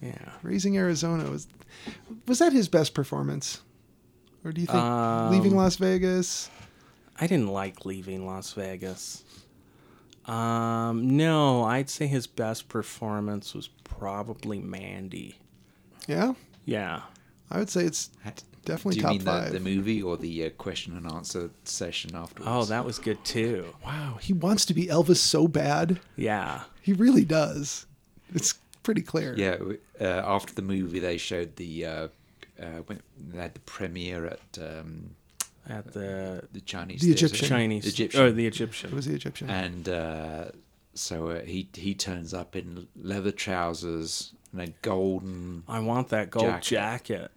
Speaker 2: yeah.
Speaker 1: Raising Arizona was was that his best performance, or do you think
Speaker 3: Um,
Speaker 1: Leaving Las Vegas?
Speaker 2: I didn't like leaving Las Vegas. Um, no, I'd say his best performance was probably Mandy.
Speaker 1: Yeah,
Speaker 2: Yeah.
Speaker 1: I would say it's
Speaker 3: Had-
Speaker 1: Definitely
Speaker 3: Do you
Speaker 1: top
Speaker 3: mean
Speaker 1: five.
Speaker 3: The, the movie or the uh, question and answer session
Speaker 2: Oh,
Speaker 3: afterwards?
Speaker 2: that was good too.
Speaker 1: wow. He wants to be Elvis so bad.
Speaker 2: Yeah.
Speaker 1: He really does. It's pretty clear.
Speaker 3: Yeah, w- uh, after the movie, they showed the uh, uh, when they had the premiere at um,
Speaker 2: At the
Speaker 3: the Chinese,
Speaker 1: The
Speaker 3: theatre.
Speaker 1: Egyptian.
Speaker 2: Chinese
Speaker 3: Egyptian,
Speaker 2: or the Egyptian.
Speaker 1: It was the Egyptian.
Speaker 3: and uh, so uh, he he turns up in leather trousers and a golden
Speaker 2: I want that gold
Speaker 3: Jacket.
Speaker 2: jacket.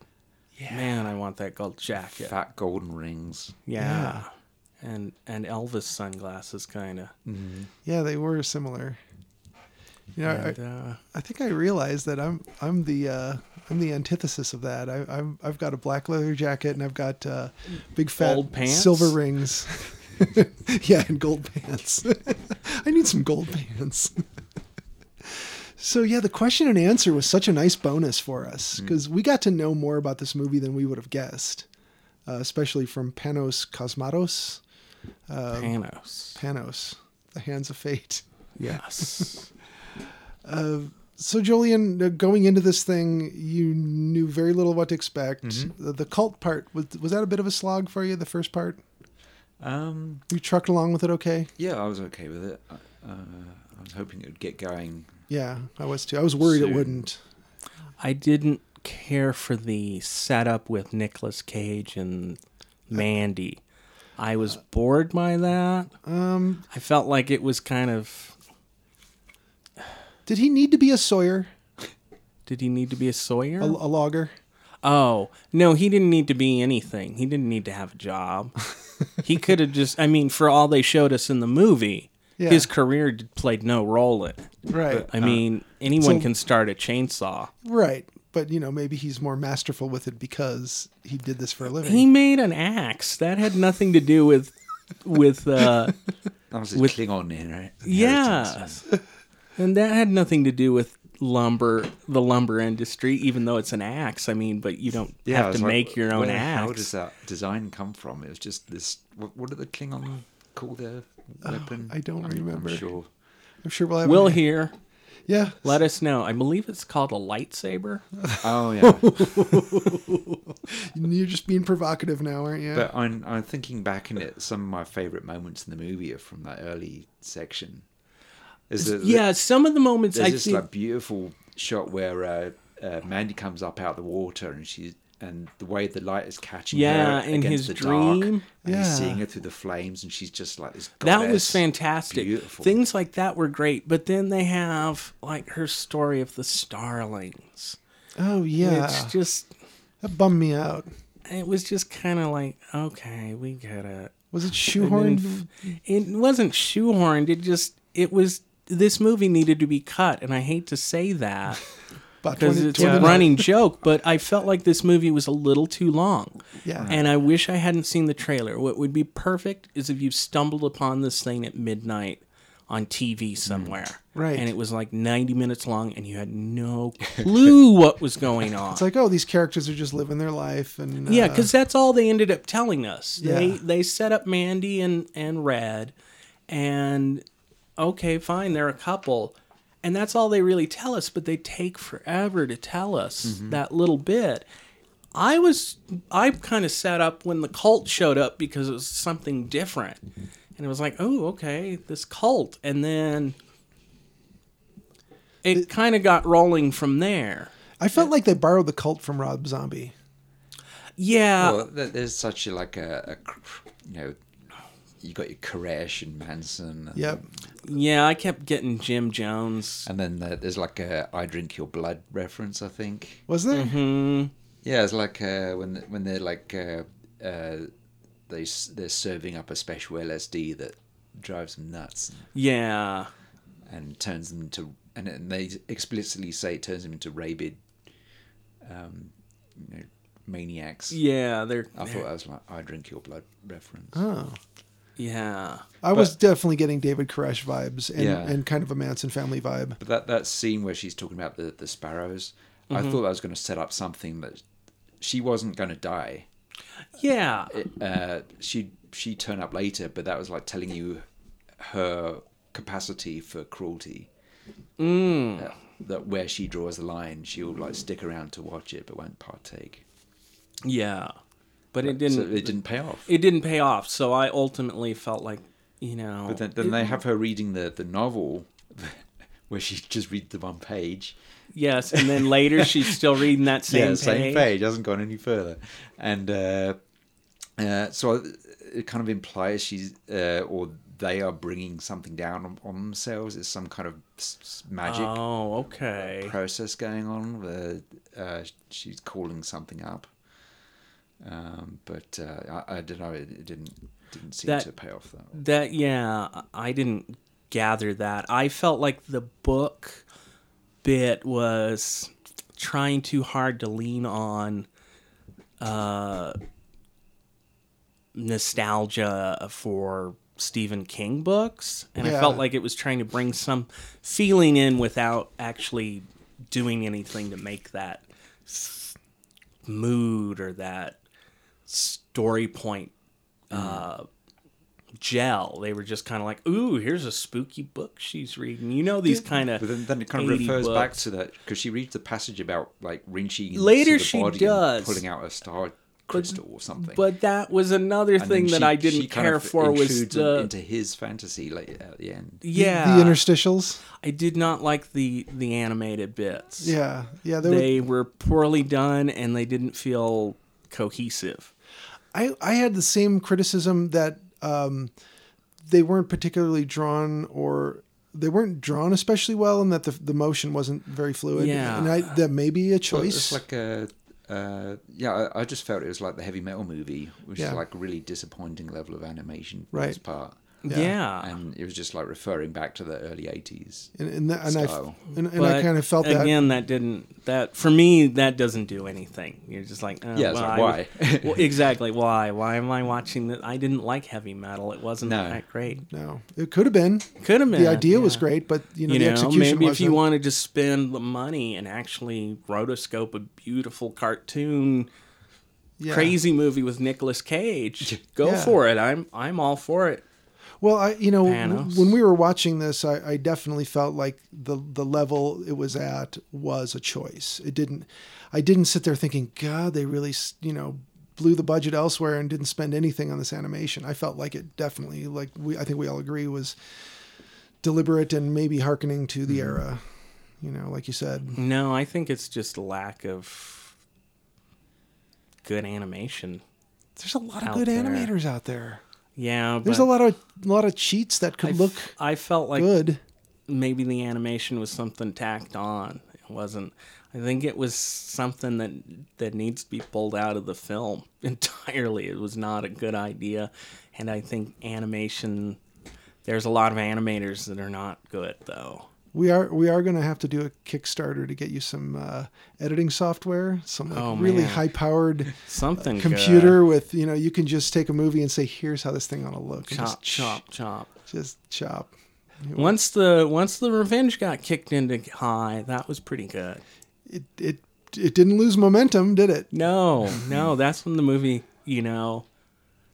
Speaker 2: Man, I want that gold jacket.
Speaker 3: fat golden rings.
Speaker 2: yeah. And and Elvis sunglasses kind of.
Speaker 1: Mm-hmm. yeah, they were similar. You know,
Speaker 2: And
Speaker 1: I,
Speaker 2: uh,
Speaker 1: I think I realized that I'm I'm the uh, I'm the antithesis of that. I, I'm I've got a black leather jacket and I've got uh, big fat
Speaker 2: Gold pants?
Speaker 1: silver rings. yeah, and gold pants. I need some gold pants. so yeah, the question and answer was such a nice bonus for us
Speaker 2: Hmm.
Speaker 1: because we got to know more about this movie than we would have guessed, uh, especially from Panos Cosmatos. Um,
Speaker 2: Panos.
Speaker 1: Panos, the hands of fate.
Speaker 2: Yes.
Speaker 1: so Julian, uh, going into this thing, you knew very little what to expect. The, the cult part was was that a bit of a slog for you? The first part,
Speaker 3: Um,
Speaker 1: you trucked along with it, okay?
Speaker 3: yeah, I was okay with it. Uh, I was hoping it would get going.
Speaker 1: Yeah, I was too. I was worried it
Speaker 3: Soon.
Speaker 1: wouldn't.
Speaker 2: I didn't care for the setup with Nicolas Cage and Mandy. I was bored by that.
Speaker 1: Uh, Um,
Speaker 2: I felt like it was kind of.
Speaker 1: did he need to be a Sawyer,
Speaker 2: Did he need to be a Sawyer?
Speaker 1: a, a logger?
Speaker 2: Oh, no, he didn't need to be anything. He didn't need to have a job. he could have just, I mean, for all they showed us in the movie,
Speaker 1: Yeah.
Speaker 2: his career d- played no role in it.
Speaker 1: Right,
Speaker 3: Uh,
Speaker 2: I mean, anyone
Speaker 1: so-
Speaker 2: can start a chainsaw.
Speaker 1: right. But you know, maybe he's more masterful with it because he did this for a living.
Speaker 2: He made an axe. That had nothing to do with, with, uh,
Speaker 3: That was his
Speaker 2: With-
Speaker 3: Klingon inher- inheritance.
Speaker 2: yeah. And that had nothing to do with lumber, the lumber industry, even though it's an axe. I mean, but you don't
Speaker 3: Yeah, I
Speaker 2: have
Speaker 3: was
Speaker 2: to
Speaker 3: like,
Speaker 2: make your own
Speaker 3: where the
Speaker 2: axe.
Speaker 3: hell does that design come from? It was just this. What, what did the Klingon call their weapon?
Speaker 1: Oh, I don't
Speaker 3: I'm-
Speaker 1: remember.
Speaker 3: I'm sure.
Speaker 1: I'm sure we'll have.
Speaker 2: Will
Speaker 1: a-
Speaker 2: here
Speaker 1: Yeah,
Speaker 2: let us know. I believe it's called a lightsaber.
Speaker 3: Oh yeah,
Speaker 1: you're just being provocative now, aren't you?
Speaker 3: but I'm I'm thinking back in it. Some of my favorite moments in the movie are from that early section. Is that-
Speaker 2: yeah, some of the moments
Speaker 3: there's
Speaker 2: I
Speaker 3: this
Speaker 2: think
Speaker 3: like beautiful shot where uh, uh, Mandy comes up out of the water and she and the way the light is catching
Speaker 2: Yeah,
Speaker 3: her
Speaker 2: in his
Speaker 3: against the dark,
Speaker 2: dream.
Speaker 3: and he's
Speaker 1: Yeah.
Speaker 3: seeing her through the flames, and she's just like this.
Speaker 2: that was
Speaker 3: goddess.
Speaker 2: fantastic.
Speaker 3: Beautiful.
Speaker 2: Things like that were great, but then they have like her story of the starlings.
Speaker 1: oh yeah,
Speaker 2: It's just
Speaker 1: that bummed me out.
Speaker 2: it was just kind of like okay, we get it.
Speaker 1: Was it
Speaker 2: And
Speaker 1: shoehorned?
Speaker 2: then f- It wasn't shoehorned. It just it was this movie needed to be cut, and I hate to say that,
Speaker 1: About
Speaker 2: because
Speaker 1: 20
Speaker 2: it's
Speaker 1: 20
Speaker 2: a
Speaker 1: minutes.
Speaker 2: running joke. But I felt like this movie was a little too long.
Speaker 1: Yeah.
Speaker 2: And I wish I hadn't seen the trailer. What would be perfect is if you stumbled upon this thing at midnight on TV somewhere.
Speaker 1: Right.
Speaker 2: And it was like 90 minutes long and you had no clue what was going on.
Speaker 1: It's like, oh, these characters are just living their life, and
Speaker 2: yeah,
Speaker 1: uh,
Speaker 2: because that's all they ended up telling us. They
Speaker 1: Yeah.
Speaker 2: they set up Mandy and and Red, and okay, fine, they're a couple, and that's all they really tell us. But they take forever to tell us
Speaker 1: Mm-hmm.
Speaker 2: that little bit. I was I kind of set up when the cult showed up because it was something different, and it was like, oh, okay, this cult, and then it kind of got rolling from there.
Speaker 1: I felt like they borrowed the cult from Rob Zombie.
Speaker 2: Yeah,
Speaker 3: well, there- there's such a like a, a cr- you know, you got your Koresh and Manson. And,
Speaker 1: Yep.
Speaker 2: yeah, I kept getting Jim Jones
Speaker 3: And then there- there's like a "I drink your blood" reference, I think.
Speaker 1: Was there?
Speaker 2: Mm-hmm.
Speaker 3: Yeah, it's like uh, when when they're like uh, uh, they s- they're serving up a special LSD that drives them nuts
Speaker 2: Yeah.
Speaker 3: and turns them into and, and they explicitly say it turns them into rabid um, you know, maniacs.
Speaker 2: Yeah, they're,
Speaker 3: I
Speaker 2: they're-
Speaker 3: thought that was like "I drink your blood" reference.
Speaker 1: Oh.
Speaker 2: yeah.
Speaker 1: I was definitely getting David Koresh vibes and,
Speaker 3: Yeah.
Speaker 1: and kind of a Manson family vibe.
Speaker 3: But that that scene where she's talking about the the sparrows, I thought that was going to set up something that she wasn't going to die.
Speaker 2: Yeah.
Speaker 3: uh, she she turn up later, but that was like telling you her capacity for cruelty. Mm. that where she draws the line, she'll like stick around to watch it, but won't partake.
Speaker 2: Yeah. But it
Speaker 3: So
Speaker 2: didn't
Speaker 3: it didn't pay off.
Speaker 2: it didn't pay off, so I ultimately felt like, you know,
Speaker 3: But then, then they have her reading the the novel, where she just reads the one page.
Speaker 2: yes, and then later she's still reading that same,
Speaker 3: yeah,
Speaker 2: page.
Speaker 3: same page. Hasn't gone any further, and uh, uh, so it kind of implies she's uh, or they are bringing something down on, on themselves. It's some kind of s- s- magic
Speaker 2: Oh, okay.
Speaker 3: process going on where uh, she's calling something up. Um, but uh, I, I don't know. It, it didn't didn't seem
Speaker 2: That-
Speaker 3: to pay off that. well.
Speaker 2: That yeah, I didn't gather that. I felt like the book bit was trying too hard to lean on uh nostalgia for Stephen King books and I
Speaker 1: Yeah.
Speaker 2: felt like it was trying to bring some feeling in without actually doing anything to make that s- mood or that story point uh, gel. They were just kind of like, "Ooh, here's a spooky book she's reading." You know these kind of.
Speaker 3: But then, then it kind of
Speaker 2: 80
Speaker 3: refers back
Speaker 2: books.
Speaker 3: to that because she reads the passage about like wrenching into
Speaker 2: Later
Speaker 3: the
Speaker 2: she
Speaker 3: body and
Speaker 2: does.
Speaker 3: pulling out a star crystal or something.
Speaker 2: But that was another
Speaker 3: And
Speaker 2: thing
Speaker 3: then
Speaker 2: that
Speaker 3: she-
Speaker 2: I
Speaker 3: she
Speaker 2: didn't
Speaker 3: kind
Speaker 2: care
Speaker 3: of
Speaker 2: for was
Speaker 3: intrudes
Speaker 2: the
Speaker 3: into his fantasy late at the end.
Speaker 2: yeah.
Speaker 1: The interstitials.
Speaker 2: I did not like the the animated bits.
Speaker 1: Yeah. Yeah. There were,
Speaker 2: they were poorly done and they didn't feel cohesive.
Speaker 1: I, I had the same criticism that um, they weren't particularly drawn or they weren't drawn especially well and that the, the motion wasn't very fluid.
Speaker 2: Yeah.
Speaker 1: And I, that may be a
Speaker 3: Well,
Speaker 1: choice.
Speaker 3: It's like a uh, yeah. I, I just felt it was like the heavy metal movie, which
Speaker 1: Yeah.
Speaker 3: is like a really disappointing level of animation for
Speaker 1: Right.
Speaker 3: its part.
Speaker 2: Yeah.
Speaker 3: and it was just like referring back to the early 80s
Speaker 1: and and, that, and, I,
Speaker 3: Style.
Speaker 1: and, and I
Speaker 2: But
Speaker 1: kind of felt that.
Speaker 2: again. That didn't that for me. That doesn't do anything. You're just like, oh,
Speaker 3: Yeah, it's
Speaker 2: well, I
Speaker 3: like, why?
Speaker 2: was- well, exactly. Why? Why am I watching that? I didn't like heavy metal. It wasn't
Speaker 3: No.
Speaker 2: that great.
Speaker 1: No, it could have been.
Speaker 2: Could have been.
Speaker 1: The idea was
Speaker 2: yeah.
Speaker 1: great, but you know,
Speaker 2: You
Speaker 1: the
Speaker 2: know,
Speaker 1: execution
Speaker 2: maybe
Speaker 1: wasn't.
Speaker 2: if you wanted to spend the money and actually rotoscope a beautiful cartoon
Speaker 1: Yeah.
Speaker 2: crazy movie with Nicolas Cage, go
Speaker 1: Yeah.
Speaker 2: for it. I'm I'm all for it.
Speaker 1: Well, I you know
Speaker 2: Panos.
Speaker 1: when we were watching this, I, I definitely felt like the the level it was at was a choice. It didn't. I didn't sit there thinking, God, they really s- you know blew the budget elsewhere and didn't spend anything on this animation. I felt like it definitely like we I think we all agree was deliberate and maybe hearkening to
Speaker 2: Mm-hmm.
Speaker 1: the era. You know, like you said,
Speaker 2: No, I think it's just lack of good animation.
Speaker 1: there's a lot of
Speaker 2: Out
Speaker 1: good
Speaker 2: there.
Speaker 1: animators out there.
Speaker 2: Yeah,
Speaker 1: There's a
Speaker 2: but
Speaker 1: lot of a lot of cheats that
Speaker 2: I
Speaker 1: could
Speaker 2: f-
Speaker 1: look
Speaker 2: I felt like
Speaker 1: good.
Speaker 2: maybe the animation was something tacked on. It wasn't. I think it was something that that needs to be pulled out of the film entirely. It was not a good idea, and I think animation. There's a lot of animators that are not good though.
Speaker 1: We are we are going to have to do a Kickstarter to get you some uh, editing software, some like
Speaker 2: Oh,
Speaker 1: really
Speaker 2: man.
Speaker 1: high powered
Speaker 2: Something
Speaker 1: computer with you know you can just take a movie and say here's how this thing ought to look.
Speaker 2: good.
Speaker 1: and just
Speaker 2: chop
Speaker 1: ch-
Speaker 2: chop chop.
Speaker 1: just chop.
Speaker 2: Once the once the revenge got kicked into high, that was pretty good.
Speaker 1: It it it didn't lose momentum, did it?
Speaker 2: No, no, that's when the movie, you know,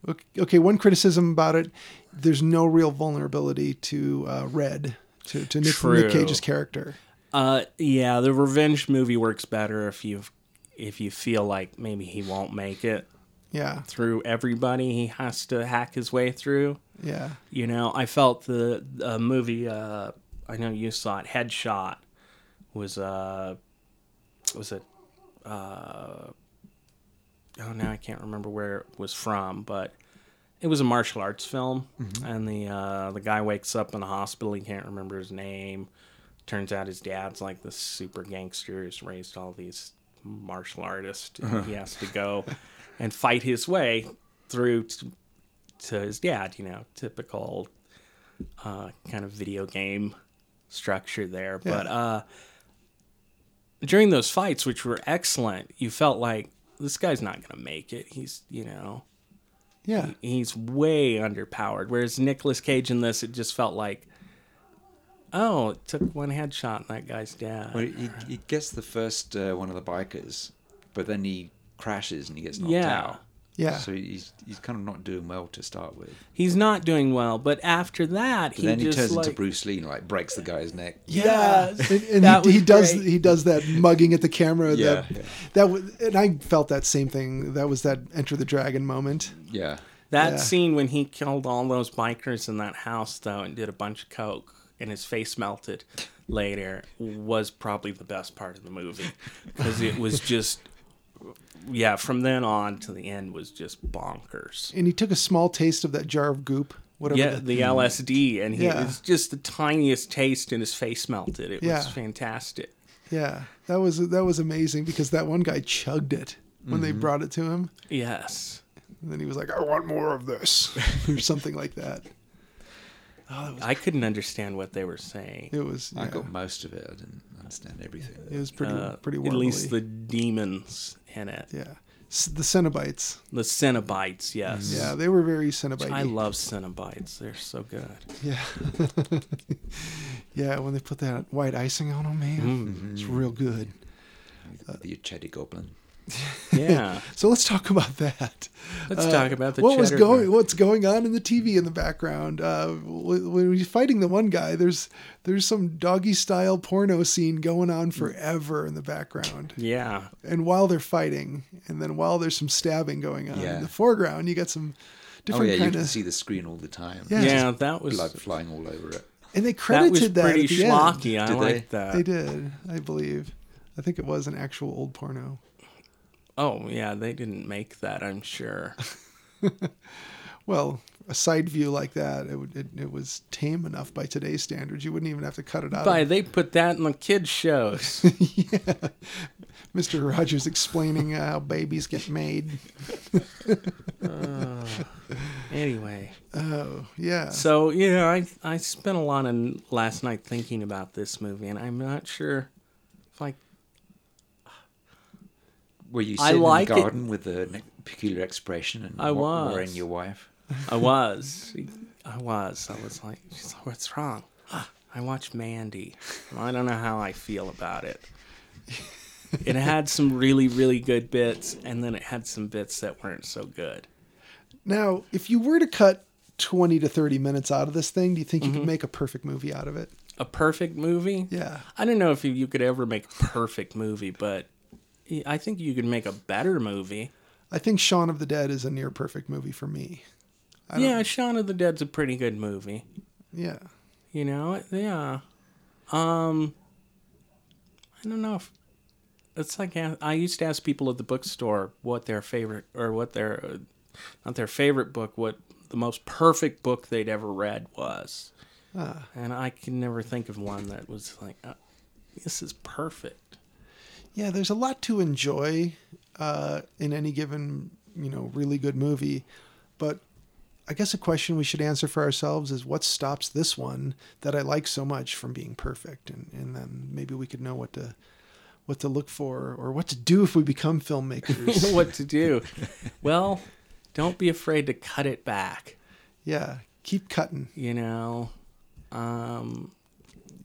Speaker 1: Okay, okay, one criticism about it: there's no real vulnerability to uh, Red, to to Nick,
Speaker 2: True.
Speaker 1: Nick Cage's character.
Speaker 2: uh, yeah, the revenge movie works better if you if you feel like maybe he won't make it
Speaker 1: Yeah,
Speaker 2: through everybody he has to hack his way through.
Speaker 1: yeah,
Speaker 2: You know, I felt the uh, movie. Uh, I know you saw it. Headshot was uh was it uh oh now I can't remember where it was from, but it was a martial arts film, and the uh, the guy wakes up in the hospital. He can't remember his name. Turns out his dad's like this super gangster who's raised all these martial artists. and He has to go and fight his way through to, to his dad. You know, typical uh, kind of video game structure there. But uh, during those fights, which were excellent, you felt like this guy's not going to make it. He's you know
Speaker 1: yeah.
Speaker 2: he's way underpowered. Whereas Nicolas Cage in this, it just felt like, oh, it took one headshot and that guy's dead.
Speaker 3: Well, he, he gets the first uh, one of the bikers, but then he crashes and he gets knocked
Speaker 2: Yeah.
Speaker 3: out.
Speaker 1: Yeah.
Speaker 3: So he's he's kind of not doing well to start with.
Speaker 2: He's not doing well, but after that, he
Speaker 3: then he
Speaker 2: just
Speaker 3: turns
Speaker 2: like,
Speaker 3: into Bruce Lee and like breaks the guy's neck.
Speaker 2: Yes,
Speaker 1: and, and
Speaker 2: that
Speaker 1: he, he
Speaker 2: was
Speaker 1: does
Speaker 2: great.
Speaker 1: he does that mugging at the camera.
Speaker 3: Yeah,
Speaker 1: that
Speaker 3: yeah.
Speaker 1: that was, and I felt that same thing. That was that Enter the Dragon moment.
Speaker 3: Yeah.
Speaker 2: that
Speaker 1: yeah.
Speaker 2: scene when he killed all those bikers in that house though, and did a bunch of coke, and his face melted later was probably the best part of the movie because it was just. Yeah, from then on to the end was just bonkers.
Speaker 1: And he took a small taste of that jar of goop, whatever.
Speaker 2: yeah,
Speaker 1: that-
Speaker 2: the LSD, and he
Speaker 1: Yeah.
Speaker 2: it was just the tiniest taste, and his face melted. It
Speaker 1: Yeah.
Speaker 2: was fantastic.
Speaker 1: yeah. That was that was amazing because that one guy chugged it when
Speaker 2: Mm-hmm.
Speaker 1: they brought it to him,
Speaker 2: Yes,
Speaker 1: and then he was like, "I want more of this," or something like that.
Speaker 2: I couldn't understand what they were saying.
Speaker 1: It was
Speaker 3: I
Speaker 1: yeah,
Speaker 3: got most of it. I didn't understand everything.
Speaker 1: it was pretty
Speaker 2: Ah, Uh,
Speaker 1: pretty
Speaker 2: at
Speaker 1: warmly.
Speaker 2: least the demons in it,
Speaker 1: yeah. S- the Cenobites.
Speaker 2: the Cenobites. Yes,
Speaker 1: Yeah, they were very Cenobite.
Speaker 2: I love Cenobites. They're so good.
Speaker 1: Yeah. yeah, when they put that white icing on them, man,
Speaker 2: Mm-hmm.
Speaker 1: it's real good.
Speaker 3: the Chetty Goblin.
Speaker 2: Yeah,
Speaker 1: So let's talk about that.
Speaker 2: let's
Speaker 1: Uh,
Speaker 2: talk about the
Speaker 1: what was
Speaker 2: cheddar
Speaker 1: going
Speaker 2: bread.
Speaker 1: what's going on in the TV in the background. Uh, wh- when he's fighting the one guy, there's there's some doggy style porno scene going
Speaker 2: Mm.
Speaker 1: on forever in the background.
Speaker 2: Yeah,
Speaker 1: And while they're fighting, and then while there's some stabbing going on
Speaker 3: Yeah.
Speaker 1: in the foreground, you got some
Speaker 3: Oh
Speaker 1: different
Speaker 3: yeah, you
Speaker 1: kind
Speaker 3: can
Speaker 1: of
Speaker 3: see the screen all the time.
Speaker 1: Yeah.
Speaker 2: yeah, that was
Speaker 3: Blood flying all over it.
Speaker 1: and they
Speaker 2: that was
Speaker 1: credited that,
Speaker 2: pretty
Speaker 1: at the end.
Speaker 2: schlocky. I
Speaker 3: Did they?
Speaker 2: like that.
Speaker 1: They did, I believe. I think it was an actual old porno.
Speaker 2: Oh yeah, they didn't make that. I'm sure.
Speaker 1: Well, a side view like that, it, would, it, it was tame enough by today's standards. You wouldn't even have to cut it out.
Speaker 2: By
Speaker 1: of
Speaker 2: they put that in the kids shows.
Speaker 1: Mr. Rogers explaining how babies get made.
Speaker 2: anyway.
Speaker 1: Oh, yeah.
Speaker 2: So yeah, I I spent a lot of last night thinking about this movie, and I'm not sure if I
Speaker 3: Were you
Speaker 2: I
Speaker 3: sitting
Speaker 2: like it.
Speaker 3: in the garden with a ne- peculiar expression and
Speaker 2: I
Speaker 3: wa-
Speaker 2: was.
Speaker 3: worrying your wife?
Speaker 2: I was I was I was like, she's like, what's wrong? Ah, I watched Mandy. and I don't know how I feel about it. It had some really really good bits, and then it had some bits that weren't so good.
Speaker 1: now, if you were to cut 20 to 30 minutes out of this thing, do you think you could make a perfect movie out of it?
Speaker 2: A perfect movie?
Speaker 1: Yeah.
Speaker 2: I don't know if you could ever make a perfect movie, but I think you could make a better movie.
Speaker 1: I think Shaun of the Dead is a near perfect movie for me.
Speaker 2: Yeah, Shaun of the Dead's a pretty good movie.
Speaker 1: Yeah.
Speaker 2: You know, it- yeah. Um, I don't know if it's like a- I used to ask people at the bookstore what their favorite or what their uh, not their favorite book, what the most perfect book they'd ever read was,
Speaker 1: Ah.
Speaker 2: and I can never think of one that was like, uh, this is perfect.
Speaker 1: Yeah, there's a lot to enjoy uh, in any given, you know, really good movie, but I guess a question we should answer for ourselves is what stops this one that I like so much from being perfect, and and then maybe we could know what to what to look for or what to do if we become filmmakers.
Speaker 2: what to do. Well, don't be afraid to cut it back.
Speaker 1: yeah, keep cutting.
Speaker 2: You know, um,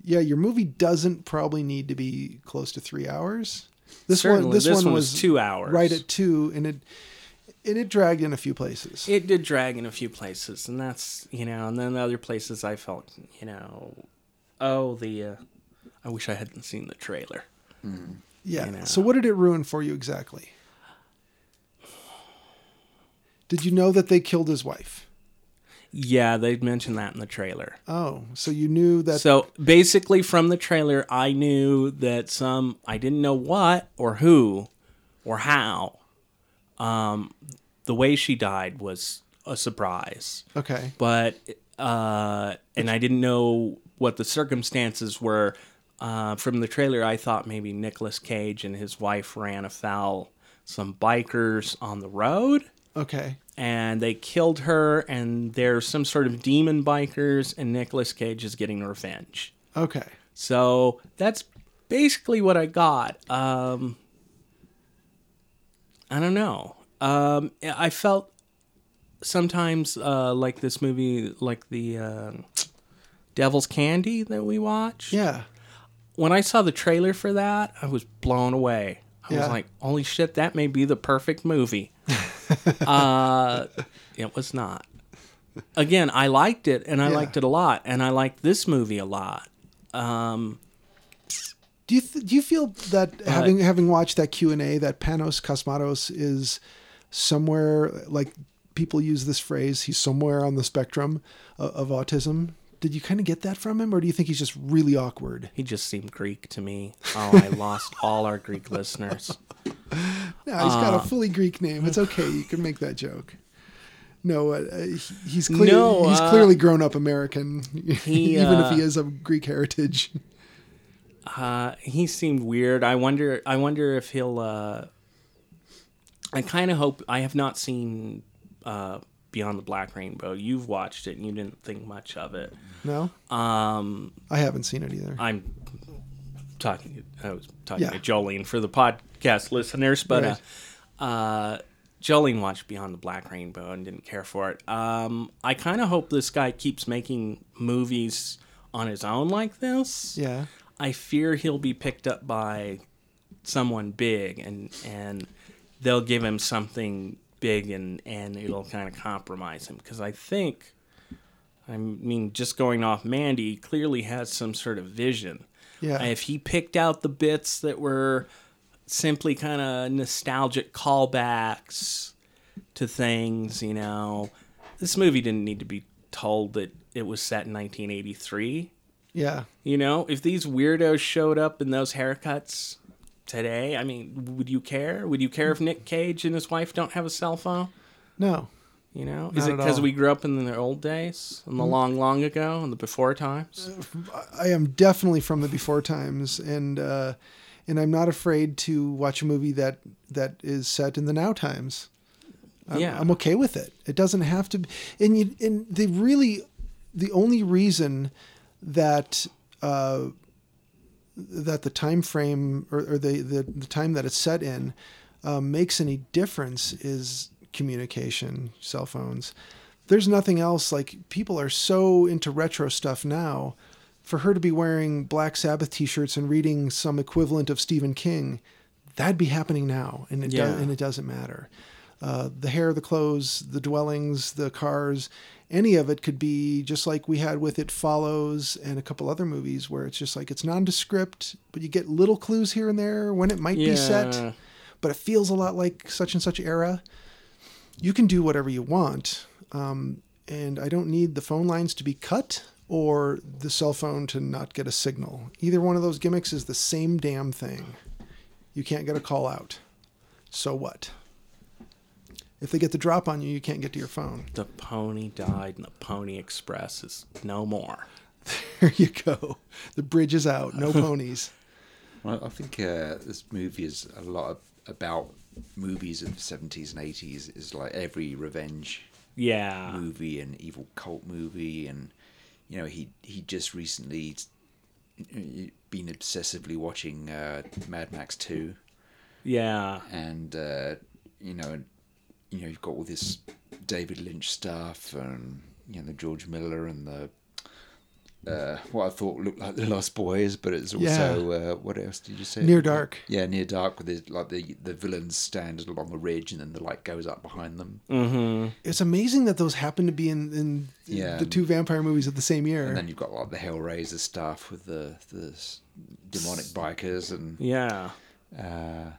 Speaker 1: Yeah, your movie doesn't probably need to be close to three hours. This
Speaker 2: certainly
Speaker 1: one, this, one,
Speaker 2: was, two hours.
Speaker 1: right at two, and it and it dragged in a few places.
Speaker 2: it did drag in a few places, and that's you know, and then other places I felt you know, oh the, uh, I wish I hadn't seen the trailer.
Speaker 1: yeah.
Speaker 2: you know.
Speaker 1: So what did it ruin for you exactly? Did you know that they killed his wife?
Speaker 2: Yeah, they mentioned that in the trailer.
Speaker 1: Oh, so you knew that.
Speaker 2: So basically, from the trailer, I knew that some I didn't know what or who or how. Um, the way she died was a surprise,
Speaker 1: okay.
Speaker 2: but uh, and I didn't know what the circumstances were. Uh, from the trailer, I thought maybe Nicolas Cage and his wife ran afoul some bikers on the road
Speaker 1: Okay.
Speaker 2: and they killed her and there's some sort of demon bikers and Nicolas Cage is getting revenge.
Speaker 1: Okay.
Speaker 2: So that's basically what I got. Um I don't know. Um I felt sometimes uh like this movie like the uh, Devil's Candy that we watched.
Speaker 1: Yeah.
Speaker 2: When I saw the trailer for that, I was blown away. I
Speaker 1: Yeah.
Speaker 2: was like, "Holy shit, that may be the perfect movie." uh, it was not. Again, I liked it, and I
Speaker 1: Yeah.
Speaker 2: liked it a lot, and I liked this movie a lot.
Speaker 1: Do you th- do you feel that
Speaker 2: Uh,
Speaker 1: having having watched that Q and A that Panos Cosmatos is somewhere like people use this phrase he's somewhere on the spectrum of, of autism. Did you kind of get that from him, or do you think he's just really awkward?
Speaker 2: He just seemed Greek to me. Oh, I lost all our Greek listeners.
Speaker 1: No, he's got a fully Greek name. It's okay. You can make that joke. No, uh, uh, he- he's clear,
Speaker 2: No,
Speaker 1: he's
Speaker 2: uh,
Speaker 1: clearly grown up American, even
Speaker 2: uh,
Speaker 1: if he is of Greek heritage.
Speaker 2: Uh, he seemed weird. I wonder. I wonder if he'll. Uh, I kind of hope. I have not seen uh, Beyond the Black Rainbow. You've watched it and you didn't think much of it.
Speaker 1: No, um, I haven't seen it either.
Speaker 2: I'm talking. I was talking
Speaker 1: Yeah.
Speaker 2: to Jolene for the podcast listeners, but
Speaker 1: Right.
Speaker 2: uh, uh, Jolene watched Beyond the Black Rainbow and didn't care for it. Um, I kind of hope this guy keeps making movies on his own like this.
Speaker 1: yeah,
Speaker 2: I fear he'll be picked up by someone big, and and they'll give him something big, and and it'll kind of compromise him. Because I think, I mean, just going off Mandy, he clearly has some sort of vision.
Speaker 1: Yeah.
Speaker 2: If he picked out the bits that were simply kind of nostalgic callbacks to things, you know, this movie didn't need to be told that it was set in 1983.
Speaker 1: yeah,
Speaker 2: You know, if these weirdos showed up in those haircuts today, I mean, would you care? Would you care if Nick Cage and his wife don't have a cell phone?
Speaker 1: no.
Speaker 2: You know, is
Speaker 1: Not
Speaker 2: it
Speaker 1: at
Speaker 2: because
Speaker 1: all.
Speaker 2: we grew up in the old days, in the long, long ago, in the before times?
Speaker 1: I am definitely from the before times, and uh, and I'm not afraid to watch a movie that that is set in the now times. I'm,
Speaker 2: Yeah.
Speaker 1: I'm okay with it. It doesn't have to. Be, and you and they really, the only reason that uh, that the time frame or, or the, the the time that it's set in uh, makes any difference is communication, cell phones. There's nothing else. Like people are so into retro stuff now. For her to be wearing Black Sabbath T-shirts and reading some equivalent of Stephen King, that'd be happening now, and it do-
Speaker 2: Yeah.
Speaker 1: and it doesn't matter. Uh, the hair, the clothes, the dwellings, the cars, any of it could be just like we had with It Follows and a couple other movies where it's just like it's nondescript, but you get little clues here and there when it might be
Speaker 2: Yeah.
Speaker 1: set, but it feels a lot like such and such era. You can do whatever you want, um, and I don't need the phone lines to be cut or the cell phone to not get a signal. Either one of those gimmicks is the same damn thing. You can't get a call out. So what? If they get the drop on you, you can't get to your phone.
Speaker 2: The pony died, and the Pony Express is no more.
Speaker 1: There you go. The bridge is out. No ponies.
Speaker 3: Well, I think uh, this movie is a lot about movies of the 70s and 80s. Is like every revenge
Speaker 2: Yeah.
Speaker 3: movie and evil cult movie and you know he he just recently been obsessively watching uh, Mad Max 2
Speaker 2: Yeah.
Speaker 3: and uh, you know you know you've got all this David Lynch stuff and you know the George Miller and the uh, what I thought looked like the Lost Boys, but it's also uh, what else did you say?
Speaker 1: Near Dark.
Speaker 3: Yeah, near dark, with the, like the the villains stand along a ridge, and then the light goes up behind them,
Speaker 1: Mm. It's amazing that those happen to be in, in
Speaker 3: Yeah.
Speaker 1: the two vampire movies of the same year.
Speaker 3: and then you've got like the Hellraiser stuff with the the s- demonic bikers, and
Speaker 2: Yeah.
Speaker 3: uh,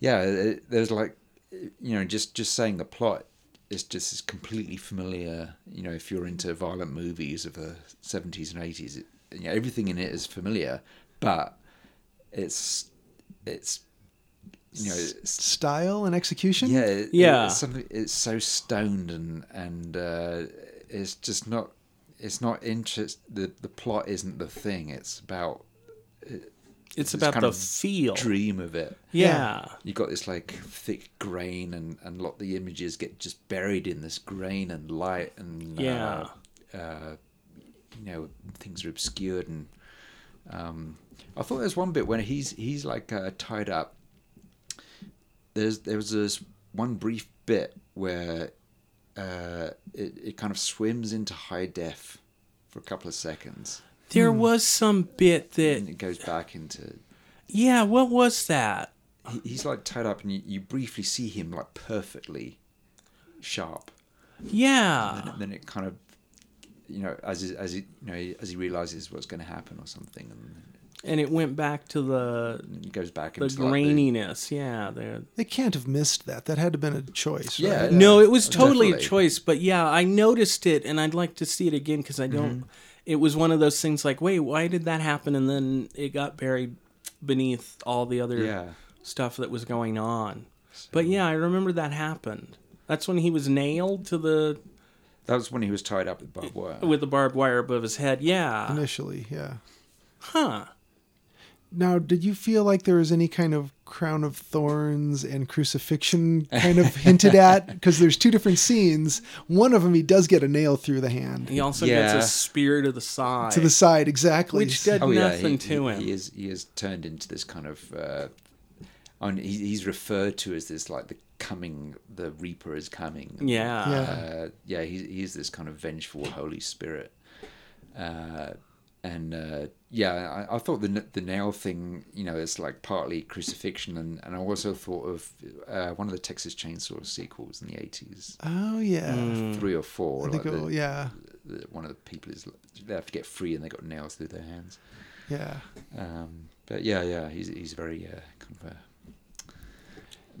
Speaker 3: yeah, it, there's like you know just just saying the plot is just is completely familiar. You know, if you're into violent movies of the seventies and eighties, it, you know, everything in it is familiar, but it's it's you know it's
Speaker 1: Style and execution.
Speaker 3: Yeah, it-
Speaker 2: Yeah.
Speaker 3: It's, something, it's so stoned and and uh, it's just not. It's not interest. The the plot isn't the thing. It's about
Speaker 2: It's,
Speaker 3: It's
Speaker 2: about
Speaker 3: kind
Speaker 2: the
Speaker 3: of
Speaker 2: feel.
Speaker 3: dream of it.
Speaker 2: Yeah.
Speaker 3: You got this like thick grain, and and lot the images get just buried in this grain and light, and
Speaker 2: Yeah.
Speaker 3: uh, uh, you know things are obscured. And um, I thought there's one bit when he's he's like uh, tied up. There's there was this one brief bit where uh, it it kind of swims into high def for a couple of seconds,
Speaker 2: There was some bit
Speaker 3: and
Speaker 2: that.
Speaker 3: it goes back into
Speaker 2: Yeah. What was that?
Speaker 3: he- he's like tied up and you, you briefly see him like perfectly sharp
Speaker 2: Yeah.
Speaker 3: and then it kind of you know as he- as he you know as he realizes what's going to happen or something and
Speaker 2: And it went back to the
Speaker 3: he goes back
Speaker 2: the
Speaker 3: into like,
Speaker 2: graininess. Yeah. There.
Speaker 1: They can't have missed that. That had to have been a choice. right?
Speaker 3: yeah,
Speaker 2: No,
Speaker 3: yeah,
Speaker 2: it was totally
Speaker 3: definitely.
Speaker 2: a choice, but yeah, I noticed it, and I'd like to see it again because I don't.
Speaker 3: Mm-hmm.
Speaker 2: It was one of those things like, wait, why did that happen? And then it got buried beneath all the other
Speaker 3: Yeah.
Speaker 2: stuff that was going on. But yeah, I remember that happened. That's when he was nailed to the
Speaker 3: that was when he was tied up with barbed wire
Speaker 2: with the barbed wire above his head. Yeah,
Speaker 1: Initially, yeah.
Speaker 2: huh?
Speaker 1: Now, did you feel like there was any kind of crown of thorns and crucifixion kind of hinted at? Because there's two different scenes. One of them, he does get a nail through the hand
Speaker 2: He also
Speaker 3: Yeah.
Speaker 2: gets a spear to the side.
Speaker 1: to the side, exactly.
Speaker 2: Which did-
Speaker 3: oh yeah
Speaker 2: nothing
Speaker 3: he,
Speaker 2: to
Speaker 3: he,
Speaker 2: him.
Speaker 3: he is he is turned into this kind of uh and he, he's referred to as this like the coming the reaper is coming
Speaker 2: yeah.
Speaker 1: Yeah.
Speaker 3: uh, yeah, he's he's this kind of vengeful Holy Spirit, uh, and uh, yeah, I, I thought the n- the nail thing, you know, it's like partly crucifixion, and, and I also thought of uh, one of the Texas Chainsaw sequels in the eighties,
Speaker 1: Oh yeah.
Speaker 2: Hmm.
Speaker 3: three or four.
Speaker 1: I think
Speaker 3: Mm, Like
Speaker 1: it,
Speaker 3: the,
Speaker 1: yeah,
Speaker 3: the- one of the people is they have to get free, and they got nails through their hands.
Speaker 1: yeah,
Speaker 3: Um, but yeah, yeah, he's he's very uh, kind of a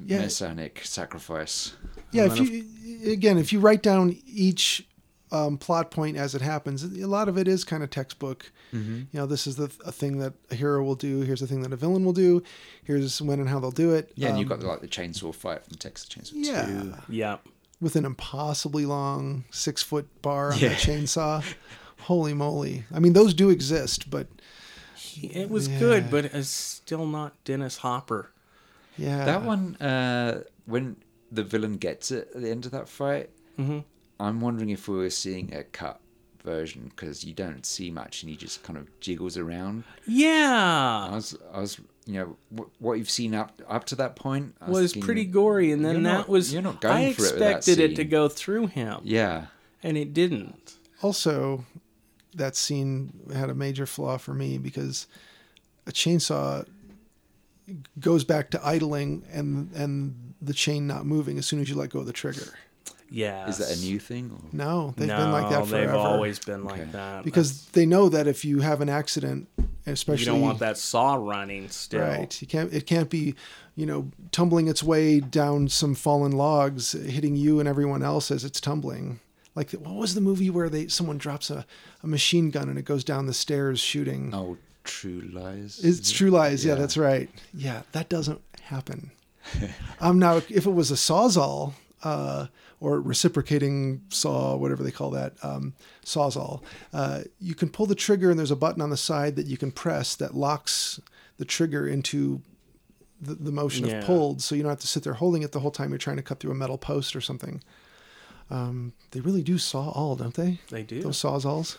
Speaker 1: Yeah.
Speaker 3: messianic sacrifice.
Speaker 1: yeah. If
Speaker 2: then
Speaker 1: you again, if you write down each um, plot point as it happens, a lot of it is kind of textbook.
Speaker 3: Mm-hmm.
Speaker 1: You know, this is the a thing that a hero will do. Here's a thing that a villain will do. Here's when and how they'll do it.
Speaker 3: Yeah, and you've
Speaker 1: Um,
Speaker 3: got the, like the chainsaw fight from Texas Chainsaw
Speaker 1: yeah.
Speaker 3: Two.
Speaker 2: Yep.
Speaker 1: with an impossibly long six foot bar on
Speaker 3: Yeah.
Speaker 1: that chainsaw. Holy moly! I mean, those do exist, but
Speaker 2: It was good, but it's still not Dennis Hopper.
Speaker 1: yeah,
Speaker 3: That one, uh, when the villain gets it at the end of that fight, I'm wondering if we were seeing a cut version because you don't see much and he just kind of jiggles around.
Speaker 2: Yeah.
Speaker 3: I was, I was, you know, w- what you've seen up up to that point I
Speaker 2: was
Speaker 3: thinking,
Speaker 2: pretty gory, and then
Speaker 3: "You're
Speaker 2: that
Speaker 3: not-
Speaker 2: was
Speaker 3: you're not going
Speaker 2: I
Speaker 3: for it with that
Speaker 2: expected it, to
Speaker 3: scene."
Speaker 2: go through him,
Speaker 3: Yeah,
Speaker 2: and it didn't.
Speaker 1: Also, that scene had a major flaw for me because a chainsaw goes back to idling and and the chain not moving as soon as you let go of the trigger.
Speaker 2: Yeah,
Speaker 3: is that a new thing? Or?
Speaker 1: No, they've
Speaker 2: no,
Speaker 1: been like that forever.
Speaker 2: They've always been like
Speaker 3: Okay.
Speaker 2: that
Speaker 1: because they know that if you have an accident,
Speaker 2: That's-
Speaker 1: especially
Speaker 2: you don't want that saw running still.
Speaker 1: Right. You can't. It can't be, you know, tumbling its way down some fallen logs, hitting you and everyone else as it's tumbling. Like what was the movie where they someone drops a, a machine gun and it goes down the stairs shooting?
Speaker 3: Oh, True Lies.
Speaker 1: It's True Lies. Yeah.
Speaker 3: Yeah.
Speaker 1: that's right. Yeah, that doesn't happen. um, now if it was a sawzall uh, or reciprocating saw, whatever they call that, um, sawzall, uh, you can pull the trigger and there's a button on the side that you can press that locks the trigger into the, the motion
Speaker 2: Yeah.
Speaker 1: of pulled, so you don't have to sit there holding it the whole time you're trying to cut through a metal post or something. Um, they really do saw all, don't they?
Speaker 2: They do.
Speaker 1: Those sawzalls.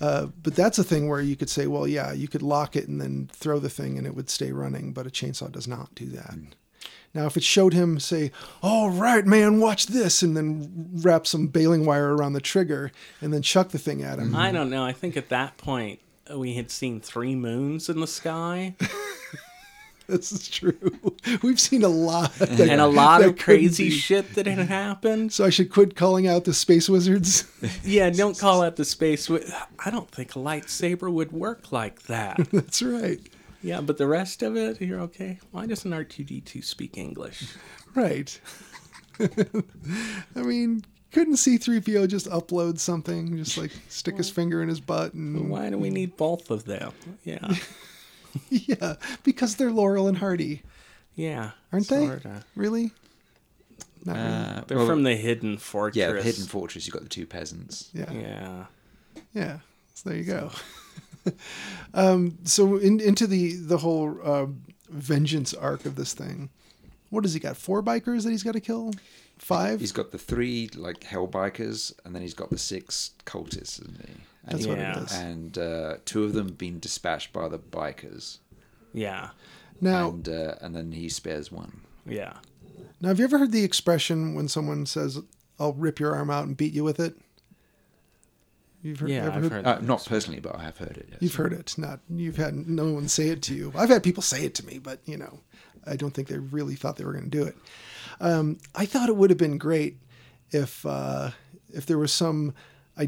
Speaker 1: Uh, but that's a thing where you could say, well, yeah, you could lock it and then throw the thing and it would stay running, but a chainsaw does not do that. Now, if it showed him, say, all right, man, watch this, and then wrap some baling wire around the trigger and then chuck the thing at him,
Speaker 2: I don't know. I think at that point uh, we had seen three moons in the sky
Speaker 1: this is true. We've seen a lot. That,
Speaker 2: and a lot
Speaker 1: that
Speaker 2: of crazy
Speaker 1: couldn't be.
Speaker 2: shit that had happened.
Speaker 1: So I should quit calling out the space wizards.
Speaker 2: Yeah, don't call out the space. wi- I don't think a lightsaber would work like that.
Speaker 1: That's right.
Speaker 2: Yeah, but the rest of it, you're okay. Why doesn't R2D2 speak English?
Speaker 1: Right. I mean, couldn't C3PO just upload something? Just like stick his finger in his butt and
Speaker 2: Why do we need both of them? Yeah.
Speaker 1: yeah, because they're Laurel and Hardy,
Speaker 2: Yeah.
Speaker 1: aren't they?
Speaker 2: sorta.
Speaker 1: Really? Not really.
Speaker 3: Uh,
Speaker 2: They're
Speaker 3: well,
Speaker 2: from the Hidden Fortress.
Speaker 3: yeah, the Hidden Fortress. You've got the two peasants.
Speaker 1: Yeah.
Speaker 2: Yeah.
Speaker 1: Yeah. So there you go. um, so in, into the the whole uh, vengeance arc of this thing. What has he got? Four bikers that he's got to kill. Five.
Speaker 3: He's got the three like hell bikers, and then he's got the six cultists, isn't he? And
Speaker 1: That's
Speaker 3: he-
Speaker 1: what
Speaker 2: Yeah.
Speaker 1: it is.
Speaker 3: And uh, two of them being dispatched by the bikers,
Speaker 2: Yeah.
Speaker 1: Now,
Speaker 3: and uh, and then he spares one.
Speaker 2: Yeah.
Speaker 1: now, have you ever heard the expression when someone says, "I'll rip your arm out and beat you with it"? You've heard,
Speaker 2: Yeah,
Speaker 1: ever
Speaker 2: I've
Speaker 1: heard,
Speaker 2: heard
Speaker 3: Uh, not personally, but I have heard it. yes.
Speaker 1: You've heard it. Not you've had no one say it to you. I've had people say it to me, but you know, I don't think they really thought they were going to do it. Um, I thought it would have been great if uh, if there was some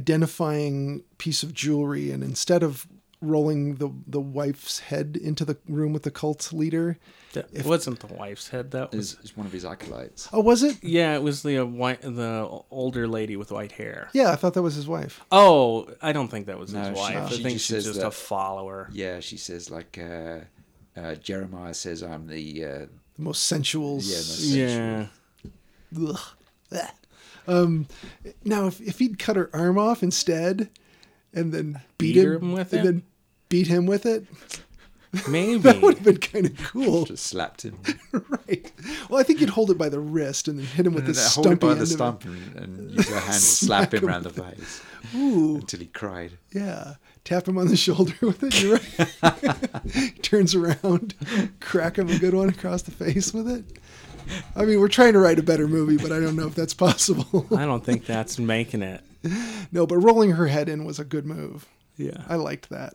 Speaker 1: identifying piece of jewelry, and instead of rolling the the wife's head into the room with the cult leader,
Speaker 2: That wasn't the wife's head, that was.
Speaker 3: It's, it's one of his acolytes.
Speaker 1: oh, was it?
Speaker 2: Yeah, it was the uh, white, the older lady with white hair.
Speaker 1: Yeah, I thought that was his wife.
Speaker 2: Oh, I don't think that was
Speaker 3: No,
Speaker 2: his
Speaker 3: she-
Speaker 2: wife.
Speaker 3: she
Speaker 2: I think
Speaker 3: just
Speaker 2: she's
Speaker 3: says
Speaker 2: just a
Speaker 3: that-
Speaker 2: follower.
Speaker 3: Yeah, she says like uh, uh, Jeremiah says, "I'm the uh,
Speaker 1: The most sensual.
Speaker 3: Yeah, most
Speaker 2: Yeah.
Speaker 1: Ugh. Blech. Um, now, if, if he'd cut her arm off instead, and then beat,
Speaker 2: Beat
Speaker 1: him,
Speaker 2: her with
Speaker 1: and
Speaker 2: it?
Speaker 1: then beat him with it, that would
Speaker 2: Maybe.
Speaker 1: have been kind of cool,
Speaker 3: just slapped him."
Speaker 1: right? Well, I think you'd hold it by the wrist and then hit him with
Speaker 3: And
Speaker 1: the
Speaker 3: then hold him
Speaker 1: stumpy
Speaker 3: by
Speaker 1: end
Speaker 3: the
Speaker 1: of it.
Speaker 3: stump and, and use your hand to slap him round the face
Speaker 1: Ooh,
Speaker 3: until he cried.
Speaker 1: yeah. Tap him on the shoulder with it. You're right. Turns around, crack him a good one across the face with it. I mean, we're trying to write a better movie, but I don't know if that's possible.
Speaker 2: I don't think that's making it.
Speaker 1: no, but rolling her head in was a good move.
Speaker 2: Yeah.
Speaker 1: I liked that.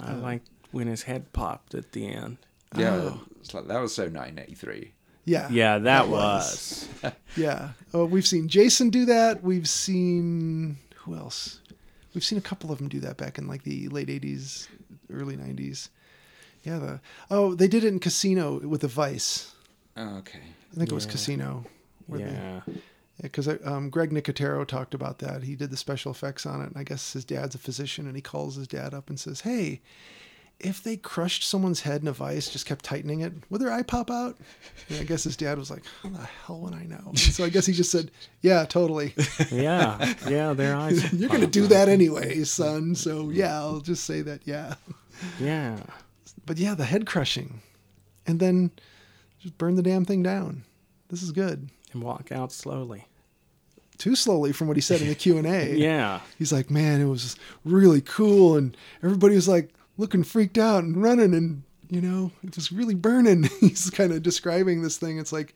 Speaker 2: I liked when his head popped at the end.
Speaker 3: Yeah,
Speaker 2: Oh.
Speaker 3: it's like that was so 1983.
Speaker 1: Yeah.
Speaker 2: Yeah, that
Speaker 1: was.
Speaker 2: was.
Speaker 1: Yeah. Oh, we've seen Jason do that. We've seen who else? We've seen a couple of them do that back in like the late '80s, early '90s. Yeah. The oh, they did it in Casino with the Vice.
Speaker 3: Oh, okay.
Speaker 1: I think it was
Speaker 2: Yeah.
Speaker 1: Casino. where they-
Speaker 2: Yeah.
Speaker 1: because um, Greg Nicotero talked about that. He did the special effects on it, and I guess his dad's a physician, and he calls his dad up and says, "Hey, if they crushed someone's head in a vice, just kept tightening it, would their eye pop out?" And I guess his dad was like, "How the hell would I know?" And so I guess he just said, "Yeah, totally.
Speaker 2: Yeah. Yeah, their eyes.
Speaker 1: You're gonna do that anyway, son. So yeah, I'll just say that. Yeah,
Speaker 2: Yeah.
Speaker 1: but yeah, the head crushing, and then just burn the damn thing down. This is good."
Speaker 2: And walk out slowly.
Speaker 1: Too slowly from what he said in the Q and A.
Speaker 2: Yeah.
Speaker 1: he's like, man, it was really cool, and everybody was like looking freaked out and running, and you know, it was really burning. he's kind of describing this thing. It's like,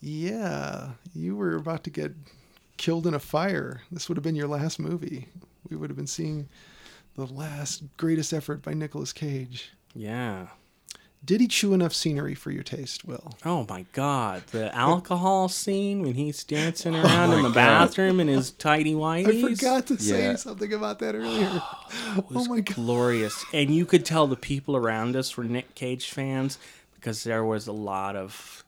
Speaker 1: yeah, you were about to get killed in a fire. This would have been your last movie. We would have been seeing the last greatest effort by Nicolas Cage.
Speaker 2: Yeah.
Speaker 1: Did he chew enough scenery for your taste, Will?
Speaker 2: Oh my God. The alcohol scene when he's dancing around in the bathroom in his tidy
Speaker 1: I
Speaker 2: whities.
Speaker 1: forgot to say
Speaker 3: Yeah.
Speaker 1: something about that earlier.
Speaker 2: was
Speaker 1: oh my god.
Speaker 2: glorious. And you could tell the people around us were Nick Cage fans because there was a lot of,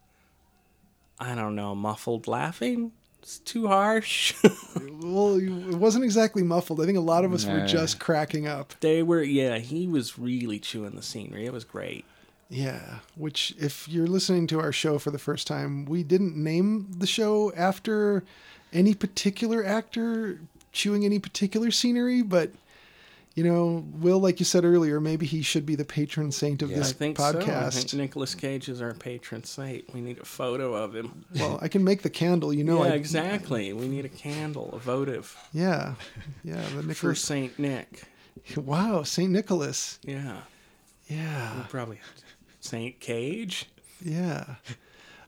Speaker 2: I don't know, muffled laughing. It's too harsh.
Speaker 1: Well, you- it wasn't exactly muffled. I think a lot of us were
Speaker 3: No.
Speaker 1: just cracking up.
Speaker 2: they were, yeah, he was really chewing the scenery. It was great.
Speaker 1: Yeah, which if you're listening to our show for the first time, we didn't name the show after any particular actor chewing any particular scenery, but you know, Will, like you said earlier, maybe he should be the patron saint of
Speaker 3: Yeah.
Speaker 1: this
Speaker 2: I think
Speaker 1: podcast.
Speaker 2: so. I think Nicolas Cage is our patron saint. We need a photo of him.
Speaker 1: well, I can make the candle, you know.
Speaker 2: yeah,
Speaker 1: I,
Speaker 2: exactly. We need a candle, a votive
Speaker 1: yeah, yeah. The
Speaker 2: for
Speaker 1: Nicholas.
Speaker 2: Saint Nick.
Speaker 1: Wow, Saint Nicholas.
Speaker 2: Yeah,
Speaker 1: Yeah,
Speaker 2: probably Saint Cage.
Speaker 1: yeah.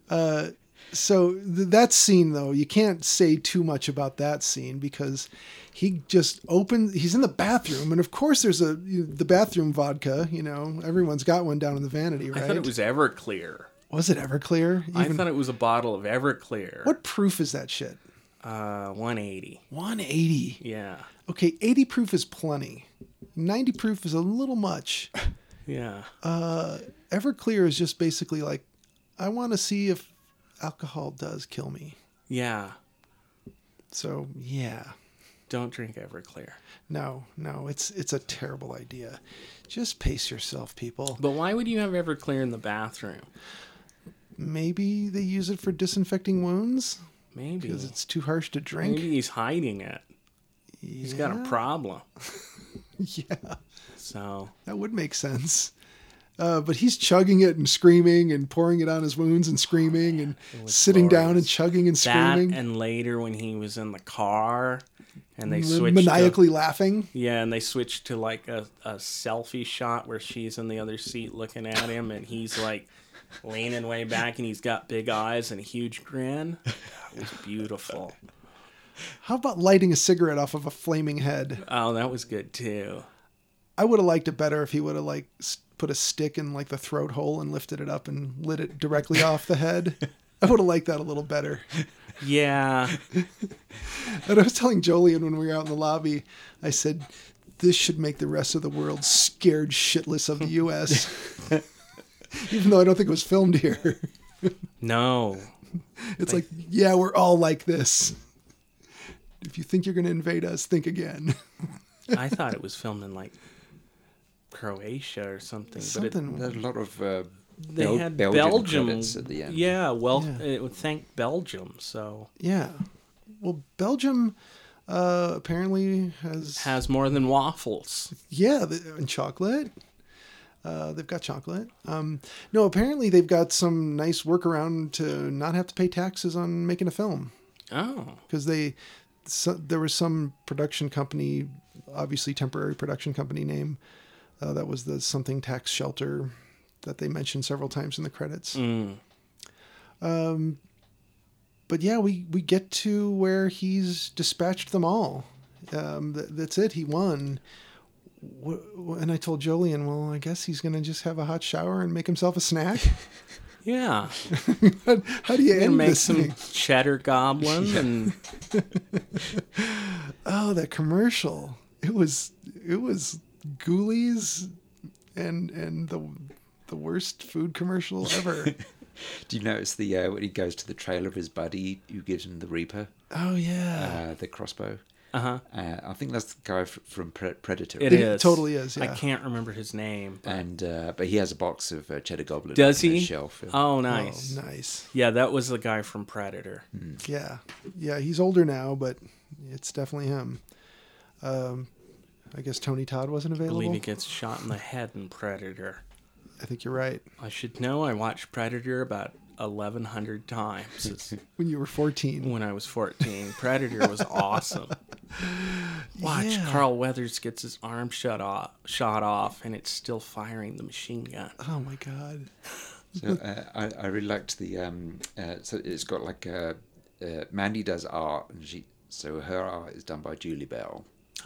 Speaker 1: Uh, so th- that scene, though, you can't say too much about that scene because he just opens. He's in the bathroom, and of course, there's a the bathroom vodka. You know, everyone's got one down in the vanity, right?
Speaker 2: I thought it was Everclear.
Speaker 1: Was it Everclear? Even
Speaker 2: I thought it was a bottle of Everclear.
Speaker 1: what proof is that shit?
Speaker 2: Uh, 180.
Speaker 1: 180.
Speaker 2: Yeah.
Speaker 1: Okay, 80 proof is plenty. 90 proof is a little much.
Speaker 2: Yeah.
Speaker 1: Everclear is just basically like, I want to see if alcohol does kill me.
Speaker 2: Yeah.
Speaker 1: So yeah,
Speaker 2: Don't drink Everclear.
Speaker 1: no, no, it's it's a terrible idea. Just pace yourself, people.
Speaker 2: But why would you have Everclear in the bathroom?
Speaker 1: Maybe they use it for disinfecting wounds
Speaker 2: Maybe.
Speaker 1: because it's too harsh to drink.
Speaker 2: Maybe he's hiding it. He's got a problem.
Speaker 1: Yeah,
Speaker 2: So,
Speaker 1: that would make sense. Uh, but he's chugging it and screaming and pouring it on his wounds and screaming and
Speaker 2: was
Speaker 1: sitting down
Speaker 2: glorious.
Speaker 1: and chugging and
Speaker 2: that
Speaker 1: screaming,
Speaker 2: and later when he was in the car and they
Speaker 1: m-
Speaker 2: switched. to-
Speaker 1: maniacally laughing.
Speaker 2: Yeah, and they switch to like a, a selfie shot where she's in the other seat looking at him and he's like leaning way back and he's got big eyes and a huge grin. That was beautiful.
Speaker 1: How about lighting a cigarette off of a flaming head?
Speaker 2: Oh, that was good too.
Speaker 1: I would have liked it better if he would have like s- put a stick in like the throat hole and lifted it up and lit it directly off the head. I would have liked that a little better.
Speaker 2: Yeah.
Speaker 1: And I was telling Jolien when we were out in the lobby, I said, "This should make the rest of the world scared shitless of the U.S." Even though I don't think it was filmed here,
Speaker 2: No.
Speaker 1: it's like, yeah, we're all like this. If you think you're going to invade us, think again.
Speaker 2: I thought it was filmed in like Croatia or something. But it,
Speaker 1: Something.
Speaker 3: There's a lot of uh,
Speaker 2: they
Speaker 3: Bel-
Speaker 2: had
Speaker 3: Belgian
Speaker 2: Belgium.
Speaker 3: credits at the end.
Speaker 2: Yeah, well,
Speaker 1: Yeah.
Speaker 2: it would thank Belgium. So
Speaker 1: Yeah. Well, Belgium uh, apparently has,
Speaker 2: has more than waffles.
Speaker 1: yeah, the, and chocolate. Uh, they've got chocolate. Um, no, apparently they've got some nice workaround to not have to pay taxes on making a film
Speaker 2: Oh,
Speaker 1: because they so, there was some production company, obviously temporary production company name uh, that was the something tax shelter that they mentioned several times in the credits. Um,
Speaker 2: Mm.
Speaker 1: but yeah, we we get to where he's dispatched them all. Um, th- that's it. He won. Wh- wh- And I told Jolien, well, I guess he's gonna just have a hot shower and make himself a snack.
Speaker 2: yeah.
Speaker 1: How do you
Speaker 2: And
Speaker 1: end
Speaker 2: make
Speaker 1: this
Speaker 2: some
Speaker 1: thing?
Speaker 2: cheddar goblin and
Speaker 1: Oh, that commercial! It was it was Ghoulies and and the the worst food commercial ever.
Speaker 3: Do you notice the uh, when he goes to the trail of his buddy who gives him the Reaper,
Speaker 1: oh yeah,
Speaker 3: uh, the crossbow?
Speaker 2: uh-huh.
Speaker 3: Uh, I think that's the guy fr- from Pre- Predator.
Speaker 2: It
Speaker 1: It
Speaker 2: is.
Speaker 1: totally is, yeah.
Speaker 2: I can't remember his name. but-
Speaker 3: And uh, but he has a box of uh, cheddar goblin.
Speaker 2: Does
Speaker 3: on
Speaker 2: he?
Speaker 3: his Shelf.
Speaker 2: Oh,
Speaker 1: Oh,
Speaker 2: nice.
Speaker 1: nice.
Speaker 2: Yeah, that was the guy from Predator.
Speaker 1: Mm-hmm. Yeah, yeah, he's older now, but it's definitely him. Um, I guess Tony Todd wasn't
Speaker 2: I
Speaker 1: available.
Speaker 2: believe he gets shot in the head in Predator.
Speaker 1: I think you're right.
Speaker 2: I should know. I watched Predator about 1,100 times. It's-
Speaker 1: When you were 14.
Speaker 2: when I was 14. Predator was awesome. Watch
Speaker 1: Yeah.
Speaker 2: Carl Weathers gets his arm shut off, shot off, and it's still firing the machine gun.
Speaker 1: Oh my god.
Speaker 3: So uh, I, I really liked the um, uh, so it's got like uh, uh, Mandy does art and she so her art is done by Julie Bell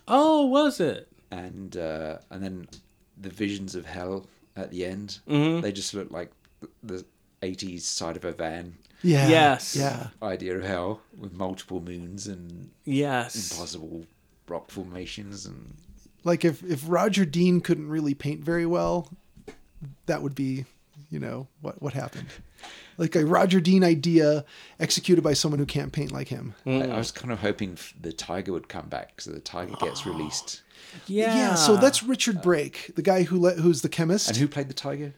Speaker 2: Oh, was it?
Speaker 3: and uh, and then the visions of hell at the end they just look like th- the eighties side of a van
Speaker 1: Yeah.
Speaker 2: Yes.
Speaker 1: Yeah.
Speaker 3: idea of hell with multiple moons and
Speaker 2: Yes.
Speaker 3: impossible rock formations and
Speaker 1: Like if if Roger Dean couldn't really paint very well, that would be, you know, what what happened. Like a Roger Dean idea executed by someone who can't paint like him.
Speaker 3: I, I was kind of hoping f- the tiger would come back so the tiger gets released
Speaker 2: Yeah.
Speaker 1: so that's Richard Brake, the guy who let who's the chemist.
Speaker 3: and who played the tiger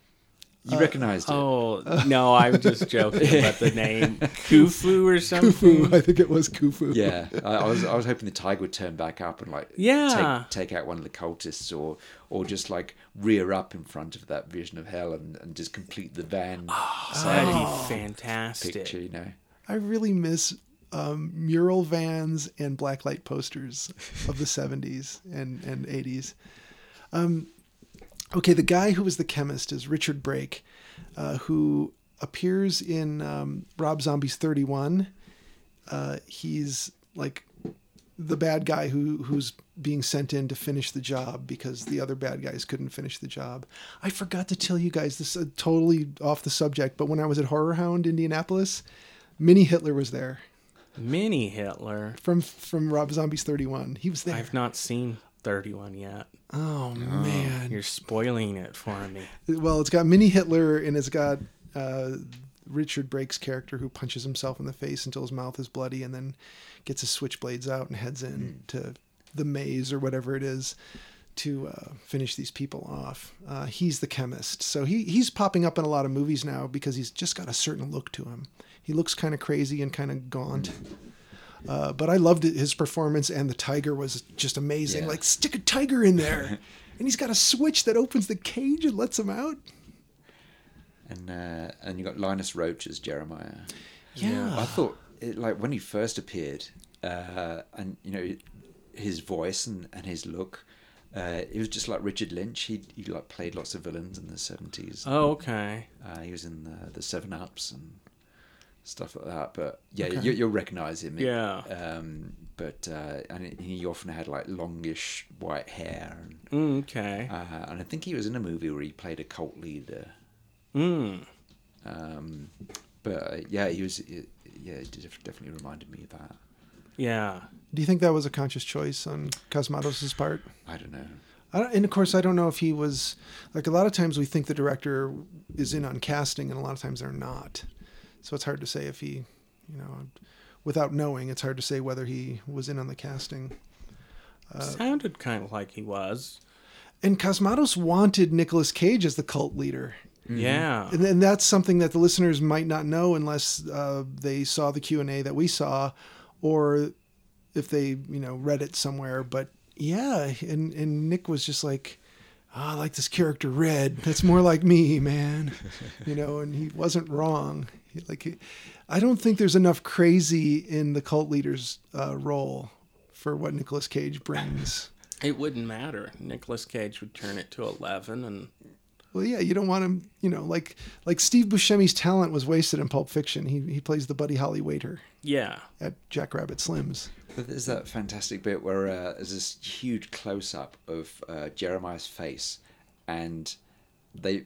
Speaker 3: You recognized it.
Speaker 2: Oh no, I'm just joking about the name Khufu or something.
Speaker 1: Khufu, I think it was Khufu.
Speaker 3: Yeah, I, I was I was hoping the tiger would turn back up and like
Speaker 2: Yeah.
Speaker 3: take, take out one of the cultists or or just like rear up in front of that vision of hell and, and just complete the van
Speaker 2: That'd
Speaker 3: society
Speaker 2: be fantastic.
Speaker 3: Oh. picture, you know.
Speaker 1: I really miss um, mural vans and blacklight posters of the 70s and, and 80s. Um, okay, the guy who was the chemist is Richard Brake, uh, who appears in um, Rob Zombie's 31. Uh, he's like the bad guy who who's being sent in to finish the job because the other bad guys couldn't finish the job. I forgot to tell you guys this is totally off the subject, but when I was at Horror Hound Indianapolis, Mini Hitler was there
Speaker 2: Mini Hitler.
Speaker 1: from from Rob Zombie's 31. He was there.
Speaker 2: I've not seen 31 yet.
Speaker 1: oh man.
Speaker 2: You're spoiling it for me.
Speaker 1: Well, it's got Mini Hitler and it's got uh Richard Brake's character who punches himself in the face until his mouth is bloody and then gets his switchblades out and heads in to the maze or whatever it is to uh, finish these people off. Uh, he's the chemist. So he, he's popping up in a lot of movies now because he's just got a certain look to him. He looks kind of crazy and kind of gaunt. Uh, but I loved it- his performance, and the tiger was just amazing.
Speaker 3: Yeah.
Speaker 1: Like, stick a tiger in there. and he's got a switch that opens the cage and lets him out.
Speaker 3: And uh, and you got Linus Roach as Jeremiah.
Speaker 1: Yeah.
Speaker 3: I thought it, like when he first appeared, uh, and you know his voice and, and his look, uh, it was just like Richard Lynch. He he like played lots of villains in the seventies.
Speaker 2: Oh, okay.
Speaker 3: Uh, he was in the, the Seven Ups and stuff like that. But yeah, you, you'll recognize him.
Speaker 2: Yeah.
Speaker 3: Um, but uh, and he often had like longish white hair, and,
Speaker 2: Mm, Okay.
Speaker 3: uh, and I think he was in a movie where he played a cult leader.
Speaker 2: Mm.
Speaker 3: Um, but uh, yeah, he was. yeah, it def- definitely reminded me of that.
Speaker 2: Yeah.
Speaker 1: Do you think that was a conscious choice on Cosmatos' part?
Speaker 3: I don't know.
Speaker 1: I don't, and of course, I don't know if he was like a lot of times we think the director is in on casting, and a lot of times they're not. So it's hard to say if he, you know, without knowing, it's hard to say whether he was in on the casting.
Speaker 3: Uh,
Speaker 2: Sounded kind of like he was.
Speaker 1: And Cosmatos wanted Nicolas Cage as the cult leader.
Speaker 3: Mm-hmm.
Speaker 2: Yeah.
Speaker 1: and, and that's something that the listeners might not know unless uh, they saw the q&a that we saw or if they you know read it somewhere but yeah and, and nick was just like "Ah, i like this character red that's more like me man you know and he wasn't wrong He- like he- i don't think there's enough crazy in the cult leader's uh, role for what Nicolas cage brings
Speaker 2: It wouldn't matter. Nicolas Cage would turn it to 11 and
Speaker 1: Well, yeah, you don't want him. You know, like like Steve Buscemi's talent was wasted in Pulp Fiction. He he plays the Buddy Holly waiter
Speaker 2: yeah.
Speaker 1: at Jack Rabbit Slim's.
Speaker 3: But there's that fantastic bit where uh, there's this huge close-up of uh, Jeremiah's face, and they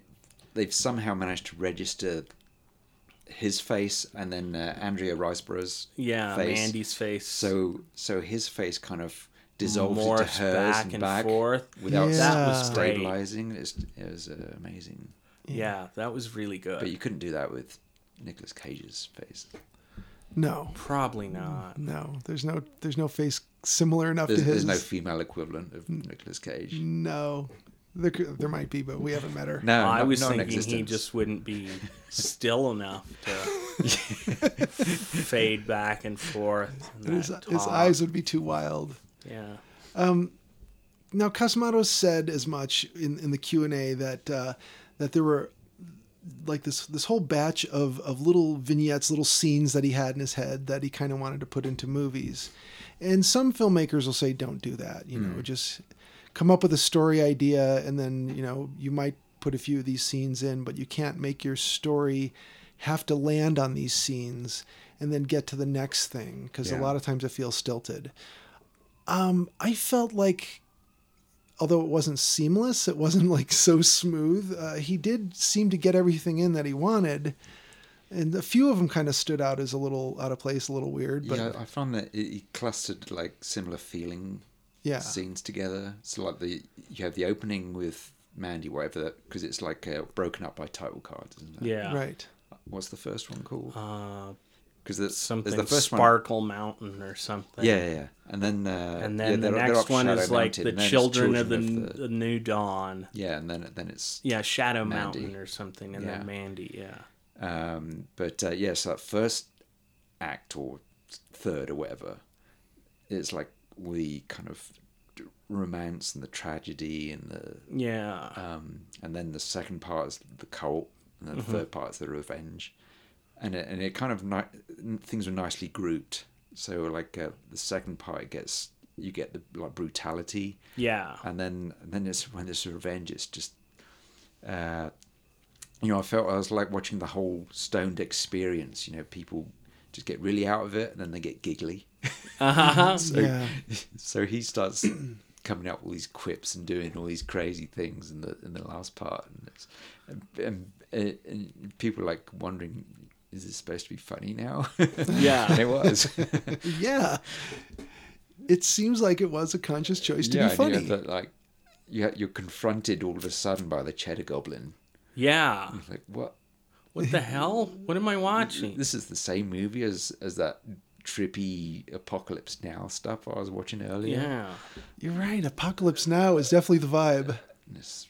Speaker 3: they've somehow managed to register his face and then uh, Andrea Riseborough's
Speaker 2: Yeah,
Speaker 3: face.
Speaker 2: Mandy's face.
Speaker 3: So so his face kind of dissolves
Speaker 2: Morphs
Speaker 3: into hers
Speaker 2: back
Speaker 3: and
Speaker 2: and
Speaker 3: back
Speaker 2: forth.
Speaker 3: without
Speaker 1: Yeah. That was
Speaker 2: great.
Speaker 3: stabilizing. It's, it was uh, amazing,
Speaker 2: yeah, that was really good.
Speaker 3: but you couldn't do that with Nicolas Cage's face.
Speaker 1: No,
Speaker 2: Probably not.
Speaker 1: no, there's no there's no face similar enough
Speaker 3: There's,
Speaker 1: to his.
Speaker 3: there's no female equivalent of Nicolas Cage.
Speaker 1: no, there could- there might be, but we haven't met her.
Speaker 3: No,
Speaker 2: I
Speaker 3: not-
Speaker 2: was
Speaker 3: not in
Speaker 2: thinking he
Speaker 3: existence.
Speaker 2: just wouldn't be still enough to fade back and forth. in
Speaker 1: his,
Speaker 2: that
Speaker 1: his
Speaker 2: talk.
Speaker 1: eyes would be too wild.
Speaker 2: Yeah.
Speaker 1: now Cosmatos said as much in, in the Q and A that uh, that there were like this this whole batch of of little vignettes, little scenes that he had in his head that he kind of wanted to put into movies, and some filmmakers will say don't do that, you know, just come up with a story idea and then you know you might put a few of these scenes in, but you can't make your story have to land on these scenes and then get to the next thing because a
Speaker 3: Yeah.
Speaker 1: lot of times it feels stilted. Um, I felt like although it wasn't seamless, it wasn't like so smooth. Uh, he did seem to get everything in that he wanted, and a few of them kind of stood out as a little out of place, a little weird. But
Speaker 3: yeah, I found that it- he clustered like similar feeling
Speaker 1: Yeah.
Speaker 3: scenes together. So like the you have the opening with Mandy, whatever, because it's like uh, broken up by title cards, isn't it?
Speaker 2: Yeah.
Speaker 1: right,
Speaker 3: What's the first one called?
Speaker 2: Uh,
Speaker 3: because there's,
Speaker 2: Something
Speaker 3: there's the first one.
Speaker 2: Sparkle Mountain or something.
Speaker 3: Yeah, yeah, yeah. and then
Speaker 2: And
Speaker 3: uh, yeah,
Speaker 2: then
Speaker 3: they're-
Speaker 2: the
Speaker 3: they're
Speaker 2: next
Speaker 3: up
Speaker 2: one
Speaker 3: Shadow
Speaker 2: is like
Speaker 3: Mountain,
Speaker 2: the
Speaker 3: and then it's
Speaker 2: children, of the,
Speaker 3: Children
Speaker 2: the New Dawn.
Speaker 3: yeah, and then then it's
Speaker 2: Yeah, Shadow
Speaker 3: Mandy.
Speaker 2: Mountain or something, and
Speaker 3: Yeah. Uh,
Speaker 2: then Mandy. Yeah.
Speaker 3: Um, but uh, yeah, so that first act or third or whatever, it's like all the kind of romance and the tragedy and the
Speaker 2: Yeah.
Speaker 3: um, and then the second part is the cult and then the third part is the revenge, and it, and it kind of ni- things are nicely grouped. So like uh, the second part it gets you get the like brutality
Speaker 2: yeah.
Speaker 3: and then and then it's when there's revenge it's just uh you know i felt i was like watching the whole stoned experience you know people just get really out of it and then they get giggly
Speaker 2: Uh-huh.
Speaker 3: so,
Speaker 1: Yeah.
Speaker 3: so he starts coming up with all these quips and doing all these crazy things in the in the last part and it's and, and, and people are like wondering is this supposed to be funny now
Speaker 2: Yeah.
Speaker 3: And it was
Speaker 1: yeah. It seems like it was a conscious choice to
Speaker 3: yeah
Speaker 1: be
Speaker 3: and you
Speaker 1: funny.
Speaker 3: have that, like you ha- you're confronted all of a sudden by the cheddar goblin
Speaker 2: Yeah.
Speaker 3: like what
Speaker 2: What the hell? What am I watching?
Speaker 3: this is the same movie as as that trippy apocalypse now stuff I was watching earlier.
Speaker 2: Yeah.
Speaker 1: You're right. Apocalypse Now is definitely the vibe.
Speaker 3: And it's-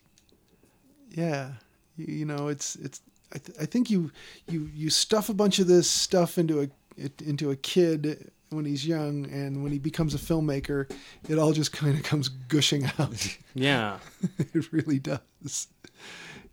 Speaker 1: Yeah, you, you know, it's it's. I, th- I think you you you stuff a bunch of this stuff into a it, into a kid when he's young, and when he becomes a filmmaker, it all just kind of comes gushing out.
Speaker 2: Yeah.
Speaker 1: it really does.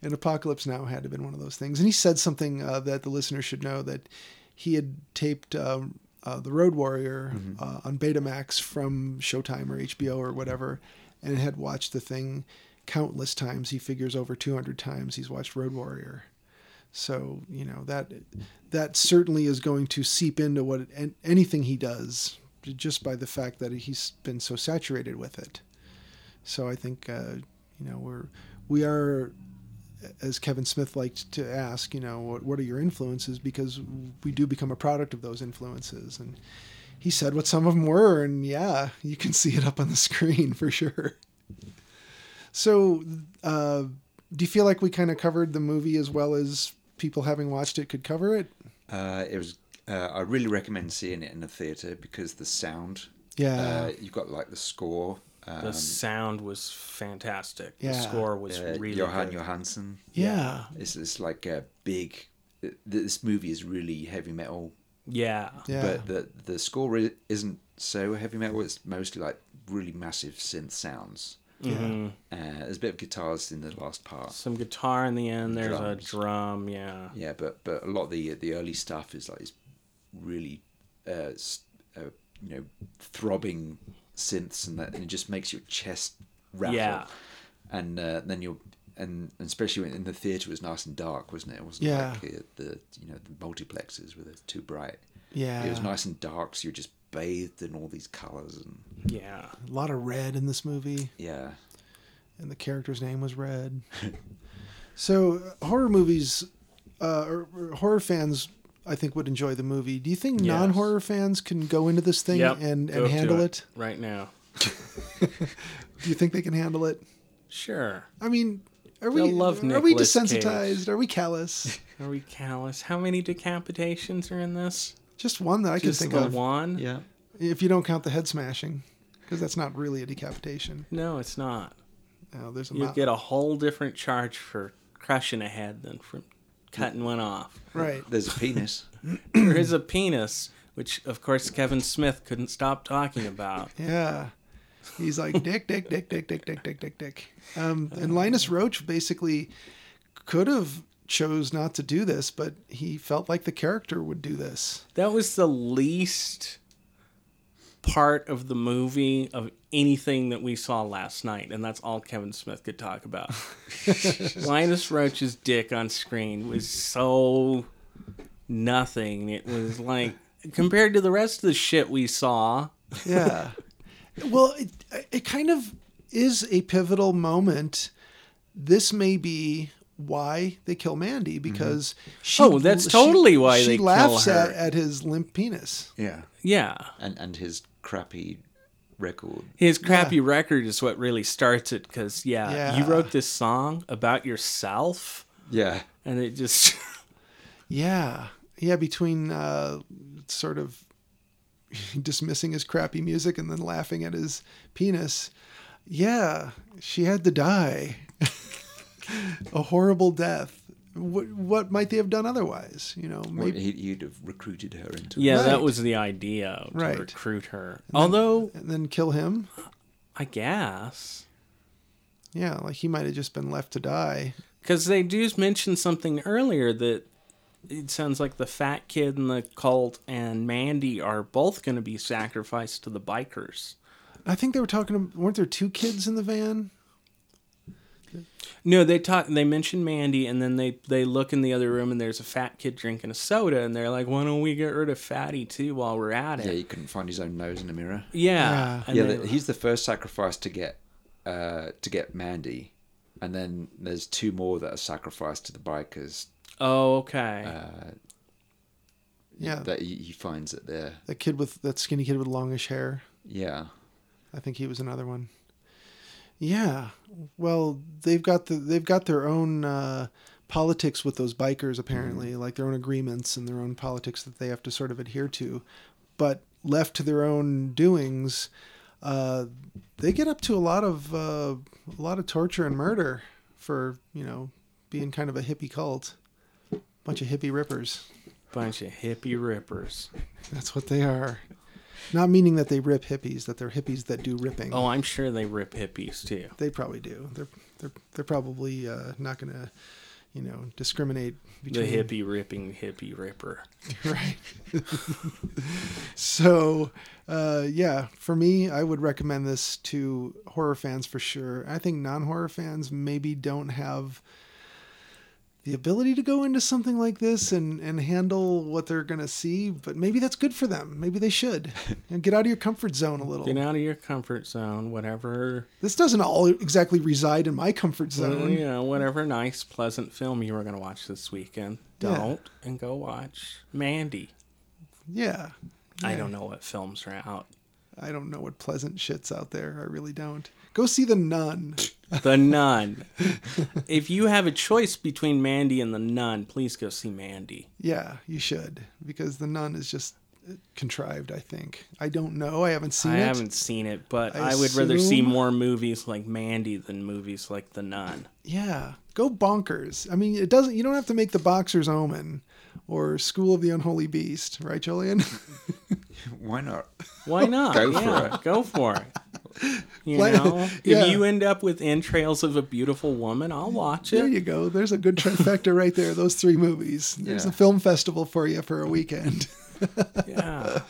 Speaker 1: And Apocalypse Now had to have been one of those things. And he said something uh, that the listener should know that he had taped um, uh, The Road Warrior uh, on Betamax from Showtime or HBO or whatever, and had watched the thing countless times. He figures over 200 times he's watched Road Warrior. So you know that that certainly is going to seep into what an anything he does, just by the fact that he's been so saturated with it. So I think uh, you know we're we are, as Kevin Smith liked to ask, you know, what what are your influences? Because we do become a product of those influences, and he said what some of them were, and yeah, you can see it up on the screen for sure. So, uh, do you feel like we kind of covered the movie as well as people having watched it could cover it?
Speaker 3: uh, it was. Uh, I really recommend seeing it in the theater because the sound.
Speaker 1: Yeah,
Speaker 3: Uh, you've got like the score.
Speaker 2: The
Speaker 3: Um,
Speaker 2: sound was fantastic.
Speaker 1: Yeah.
Speaker 2: The score was
Speaker 3: uh,
Speaker 2: really
Speaker 3: Johan
Speaker 2: good.
Speaker 3: Johansson.
Speaker 1: yeah,
Speaker 3: It's it's like a big. th- This movie is really heavy metal,
Speaker 2: Yeah.
Speaker 1: yeah.
Speaker 3: but the the score i- isn't so heavy metal. It's mostly like really massive synth sounds.
Speaker 2: Mhm.
Speaker 3: Uh, there's a bit of guitars in the last part.
Speaker 2: Some guitar in the end. There's
Speaker 3: Drums.
Speaker 2: a drum. Yeah.
Speaker 3: Yeah, but but a lot of the the early stuff is like this really, uh, s- uh, you know, throbbing synths and that, and it just makes your chest rattle.
Speaker 2: Yeah.
Speaker 3: And uh, then you're and, and especially when in the theater it was nice and dark, wasn't it? It wasn't
Speaker 1: Yeah.
Speaker 3: like the, the you know the multiplexes where it's too bright.
Speaker 1: yeah.
Speaker 3: It was nice and dark, so you're just bathed in all these colors and
Speaker 2: Yeah.
Speaker 1: A lot of red in this movie.
Speaker 3: yeah.
Speaker 1: and the character's name was Red. so uh, horror movies, uh, or, or horror fans, I think would enjoy the movie. Do you think
Speaker 2: Yes.
Speaker 1: non-horror fans can go into this thing
Speaker 2: Yep.
Speaker 1: and,
Speaker 2: Go
Speaker 1: and
Speaker 2: up to
Speaker 1: handle it.
Speaker 2: right now.
Speaker 1: Do you think they can handle it?
Speaker 2: Sure.
Speaker 1: I mean, are we
Speaker 2: They'll love
Speaker 1: are we
Speaker 2: Nicolas Cage.
Speaker 1: desensitized? Are we callous?
Speaker 2: Are we callous? How many decapitations are in this?
Speaker 1: Just one that I could
Speaker 2: Just
Speaker 1: think
Speaker 2: the
Speaker 1: of,
Speaker 2: one?
Speaker 3: Yeah.
Speaker 1: if you don't count the head smashing, because that's not really a decapitation.
Speaker 2: No, it's not.
Speaker 1: No, there's a
Speaker 2: You
Speaker 1: mou-
Speaker 2: get a whole different charge for crushing a head than for cutting one off.
Speaker 1: right.
Speaker 3: There's a penis.
Speaker 2: there is a penis, which of course Kevin Smith couldn't stop talking about.
Speaker 1: Yeah. He's like dick, dick, dick, dick, dick, dick, dick, dick, dick. Um, and Linus
Speaker 2: Uh.
Speaker 1: Roach basically could have chose not to do this, but he felt like the character would do this.
Speaker 2: That was the least part of the movie of anything that we saw last night, and that's all Kevin Smith could talk about. Linus Roach's dick on screen was so nothing. It was like compared to the rest of the shit we saw.
Speaker 1: Yeah. well, it, it kind of is a pivotal moment. This may be why they kill Mandy because she
Speaker 2: Mm-hmm. Oh, that's totally why
Speaker 1: she
Speaker 2: they kill
Speaker 1: laughs
Speaker 2: her.
Speaker 1: at, at his limp penis.
Speaker 3: yeah.
Speaker 2: Yeah.
Speaker 3: And and his crappy record.
Speaker 2: His crappy record is what really starts it because, yeah, you
Speaker 1: Yeah.
Speaker 2: wrote this song about yourself,
Speaker 3: Yeah.
Speaker 2: and it just.
Speaker 1: Yeah. yeah, between uh, sort of dismissing his crappy music and then laughing at his penis, yeah, she had to die a horrible death. What what might they have done otherwise? You know,
Speaker 3: Well,
Speaker 1: maybe.
Speaker 3: he, he'd have recruited her into.
Speaker 2: Yeah,
Speaker 1: Right.
Speaker 2: that was the idea to
Speaker 1: Right.
Speaker 2: recruit her. Although,
Speaker 1: And then kill him.
Speaker 2: I guess
Speaker 1: Yeah, like he might have just been left to die.
Speaker 2: because they do mention something earlier that it sounds like the fat kid and the cult and Mandy are both going to be sacrificed to the bikers.
Speaker 1: I think they were talking. Weren't there two kids in the van?
Speaker 2: No, they talk. They mention Mandy, and then they they look in the other room, and there's a fat kid drinking a soda, and they're like, "Why don't we get rid of Fatty too while we're at
Speaker 3: Yeah,
Speaker 2: it?"
Speaker 3: he couldn't find his own nose in a mirror.
Speaker 2: Yeah,
Speaker 1: Yeah.
Speaker 2: and
Speaker 3: yeah,
Speaker 2: they-
Speaker 3: the, he's the first sacrifice to get uh, to get Mandy, and then there's two more that are sacrificed to the bikers.
Speaker 2: oh, okay. Oh.
Speaker 1: Yeah,
Speaker 3: That he, he finds it there.
Speaker 1: that kid with that skinny kid with longish hair.
Speaker 3: Yeah,
Speaker 1: I think he was another one. Yeah. Well, they've got the they've got their own uh, politics with those bikers apparently, like their own agreements and their own politics that they have to sort of adhere to. But left to their own doings, uh, they get up to a lot of uh, a lot of torture and murder for you know being kind of a hippie cult, bunch of hippie rippers.
Speaker 2: Bunch of hippie rippers.
Speaker 1: That's what they are. Not meaning that they rip hippies, that they're hippies that do ripping.
Speaker 2: Oh, I'm sure they rip hippies too.
Speaker 1: They probably do. They're they're they're probably uh, not going to, you know, discriminate
Speaker 2: The
Speaker 1: between
Speaker 2: hippie ripping hippie ripper.
Speaker 1: right? so, uh, yeah, for me, I would recommend this to horror fans for sure. I think non-horror fans maybe don't have the ability to go into something like this and and handle what they're going to see, but maybe that's good for them. Maybe they should and get out of your comfort zone a little.
Speaker 2: Get out of your comfort zone. Whatever,
Speaker 1: This doesn't all exactly reside in my comfort zone.
Speaker 2: you know, whatever nice, pleasant film you were gonna watch this weekend.
Speaker 1: Yeah.
Speaker 2: Don't and go watch Mandy.
Speaker 1: yeah.
Speaker 2: I
Speaker 1: Yeah.
Speaker 2: don't know what films are out.
Speaker 1: I don't know what pleasant shit's out there. I really don't. Go see The Nun.
Speaker 2: The Nun. if you have a choice between Mandy and The Nun, please go see Mandy.
Speaker 1: Yeah, you should because The Nun is just uh, contrived, I think. I don't know. I haven't seen
Speaker 2: I
Speaker 1: it.
Speaker 2: haven't seen it, but
Speaker 1: I
Speaker 2: I, would rather see
Speaker 1: assume-
Speaker 2: more movies like Mandy than movies like The Nun.
Speaker 1: Yeah. Go bonkers. I mean, it doesn't you don't have to make The Boxer's Omen or School of the Unholy Beast, right, Julian?
Speaker 3: why not?
Speaker 2: Why not?
Speaker 3: Go for
Speaker 2: Yeah, Go for it. You
Speaker 1: Why-
Speaker 2: know,
Speaker 1: yeah.
Speaker 2: if you end up with entrails of a beautiful woman, I'll watch
Speaker 1: there
Speaker 2: it.
Speaker 1: you go. There's a good trifecta right there. Those three movies. There's
Speaker 3: Yeah.
Speaker 1: a film festival for you for a weekend.
Speaker 2: Yeah.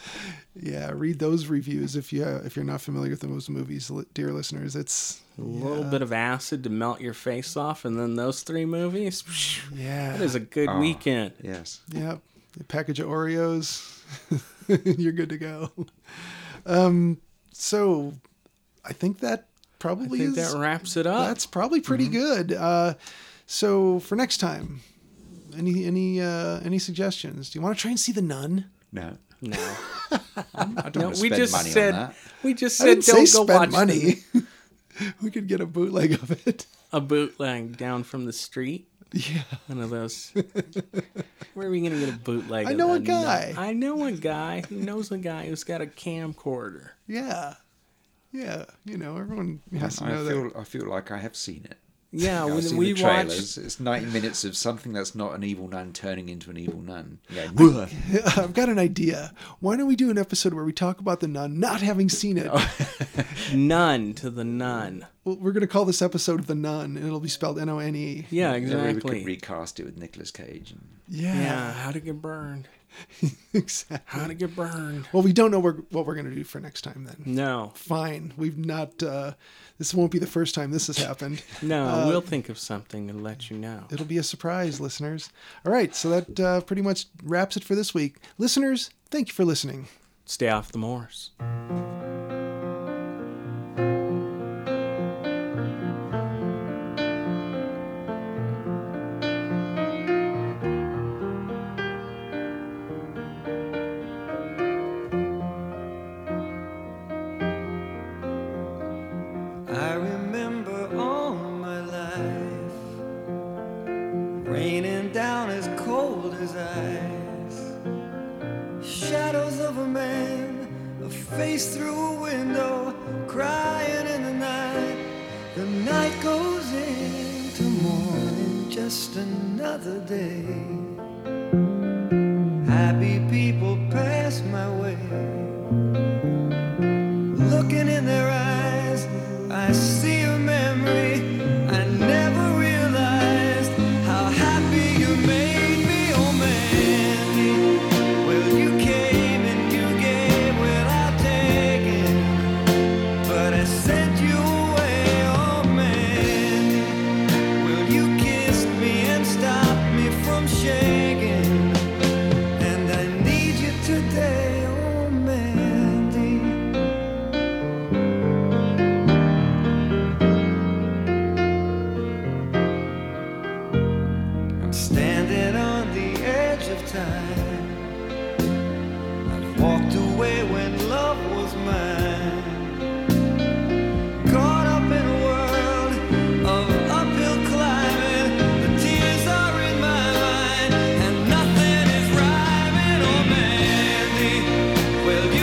Speaker 1: yeah, read those reviews if you if you're not familiar with those movies, li- dear listeners. It's
Speaker 2: A little bit of acid to melt your face off, and then those three movies. psh,
Speaker 1: yeah.
Speaker 2: That is a good weekend.
Speaker 3: Yes.
Speaker 1: Yep. A package of Oreos. You're good to go. Um, so I think that
Speaker 2: I
Speaker 1: probably
Speaker 2: think
Speaker 1: is
Speaker 2: that wraps it up. Mm-hmm.
Speaker 1: that's probably pretty good. Uh, so for next time, any any uh, any suggestions? Do you want to try and see the nun?
Speaker 3: No.
Speaker 2: no.
Speaker 3: I don't
Speaker 2: No,
Speaker 3: want to
Speaker 2: we
Speaker 3: spend
Speaker 2: just
Speaker 3: money
Speaker 2: said
Speaker 3: on that.
Speaker 2: we just
Speaker 1: I
Speaker 2: said
Speaker 1: didn't
Speaker 2: don't
Speaker 1: say
Speaker 2: go
Speaker 1: spend
Speaker 2: watch
Speaker 1: money.
Speaker 2: the-
Speaker 1: we could get a bootleg of it.
Speaker 2: a bootleg down from the street.
Speaker 1: Yeah.
Speaker 2: One of those. Where are we gonna get a bootleg?
Speaker 1: I
Speaker 2: of
Speaker 1: know a
Speaker 2: that?
Speaker 1: guy.
Speaker 2: No. I know a guy who knows a guy who's got a camcorder.
Speaker 1: Yeah. Yeah. You know, everyone has to
Speaker 3: I
Speaker 1: know
Speaker 3: feel
Speaker 1: that.
Speaker 3: I feel like I have seen it.
Speaker 2: Yeah,
Speaker 3: I've
Speaker 2: Oh, when
Speaker 3: seen
Speaker 2: we
Speaker 3: the
Speaker 2: watched.
Speaker 3: trailers. It's ninety minutes of something that's not an evil nun turning into an evil nun. Yeah. "Whoa."
Speaker 1: I've got an idea. Why don't we do an episode where we talk about the nun not having seen it?
Speaker 2: Oh. None to the nun.
Speaker 1: Well, we're going to call this episode The Nun, and it'll be spelled N O N E.
Speaker 2: Yeah,
Speaker 3: Yeah, we
Speaker 2: exactly.
Speaker 3: could recast it with Nicolas Cage. And,
Speaker 1: Yeah.
Speaker 2: yeah, how to get burned.
Speaker 1: exactly.
Speaker 2: How to get burned.
Speaker 1: Well, we don't know where, what we're going to do for next time then.
Speaker 2: No,
Speaker 1: Fine. We've not, uh, this won't be the first time this has happened.
Speaker 2: no, we'll think of something and let you know.
Speaker 1: It'll be a surprise, listeners. All right. So that uh, pretty much wraps it for this week. Listeners, thank you for listening.
Speaker 2: Stay off the moors.
Speaker 4: I remember all my life raining down as cold as ice. of a man, a face through a window, crying in the night. The night goes into morning, just another day. Happy people pass my way. Looking in their eyes, I see a memory I never realized how happy you made me, oh Mandy. Well, you came and you gave without taking. But I sent you away, oh man. Well, you kissed me and stopped me from shaking. And I need you today, oh Mandy. I'm standing on the edge of time. I've walked away when love was mine. Caught up in a world of uphill climbing. The tears are in my mind, and nothing is rhyming. Oh, Mandy, will you oh,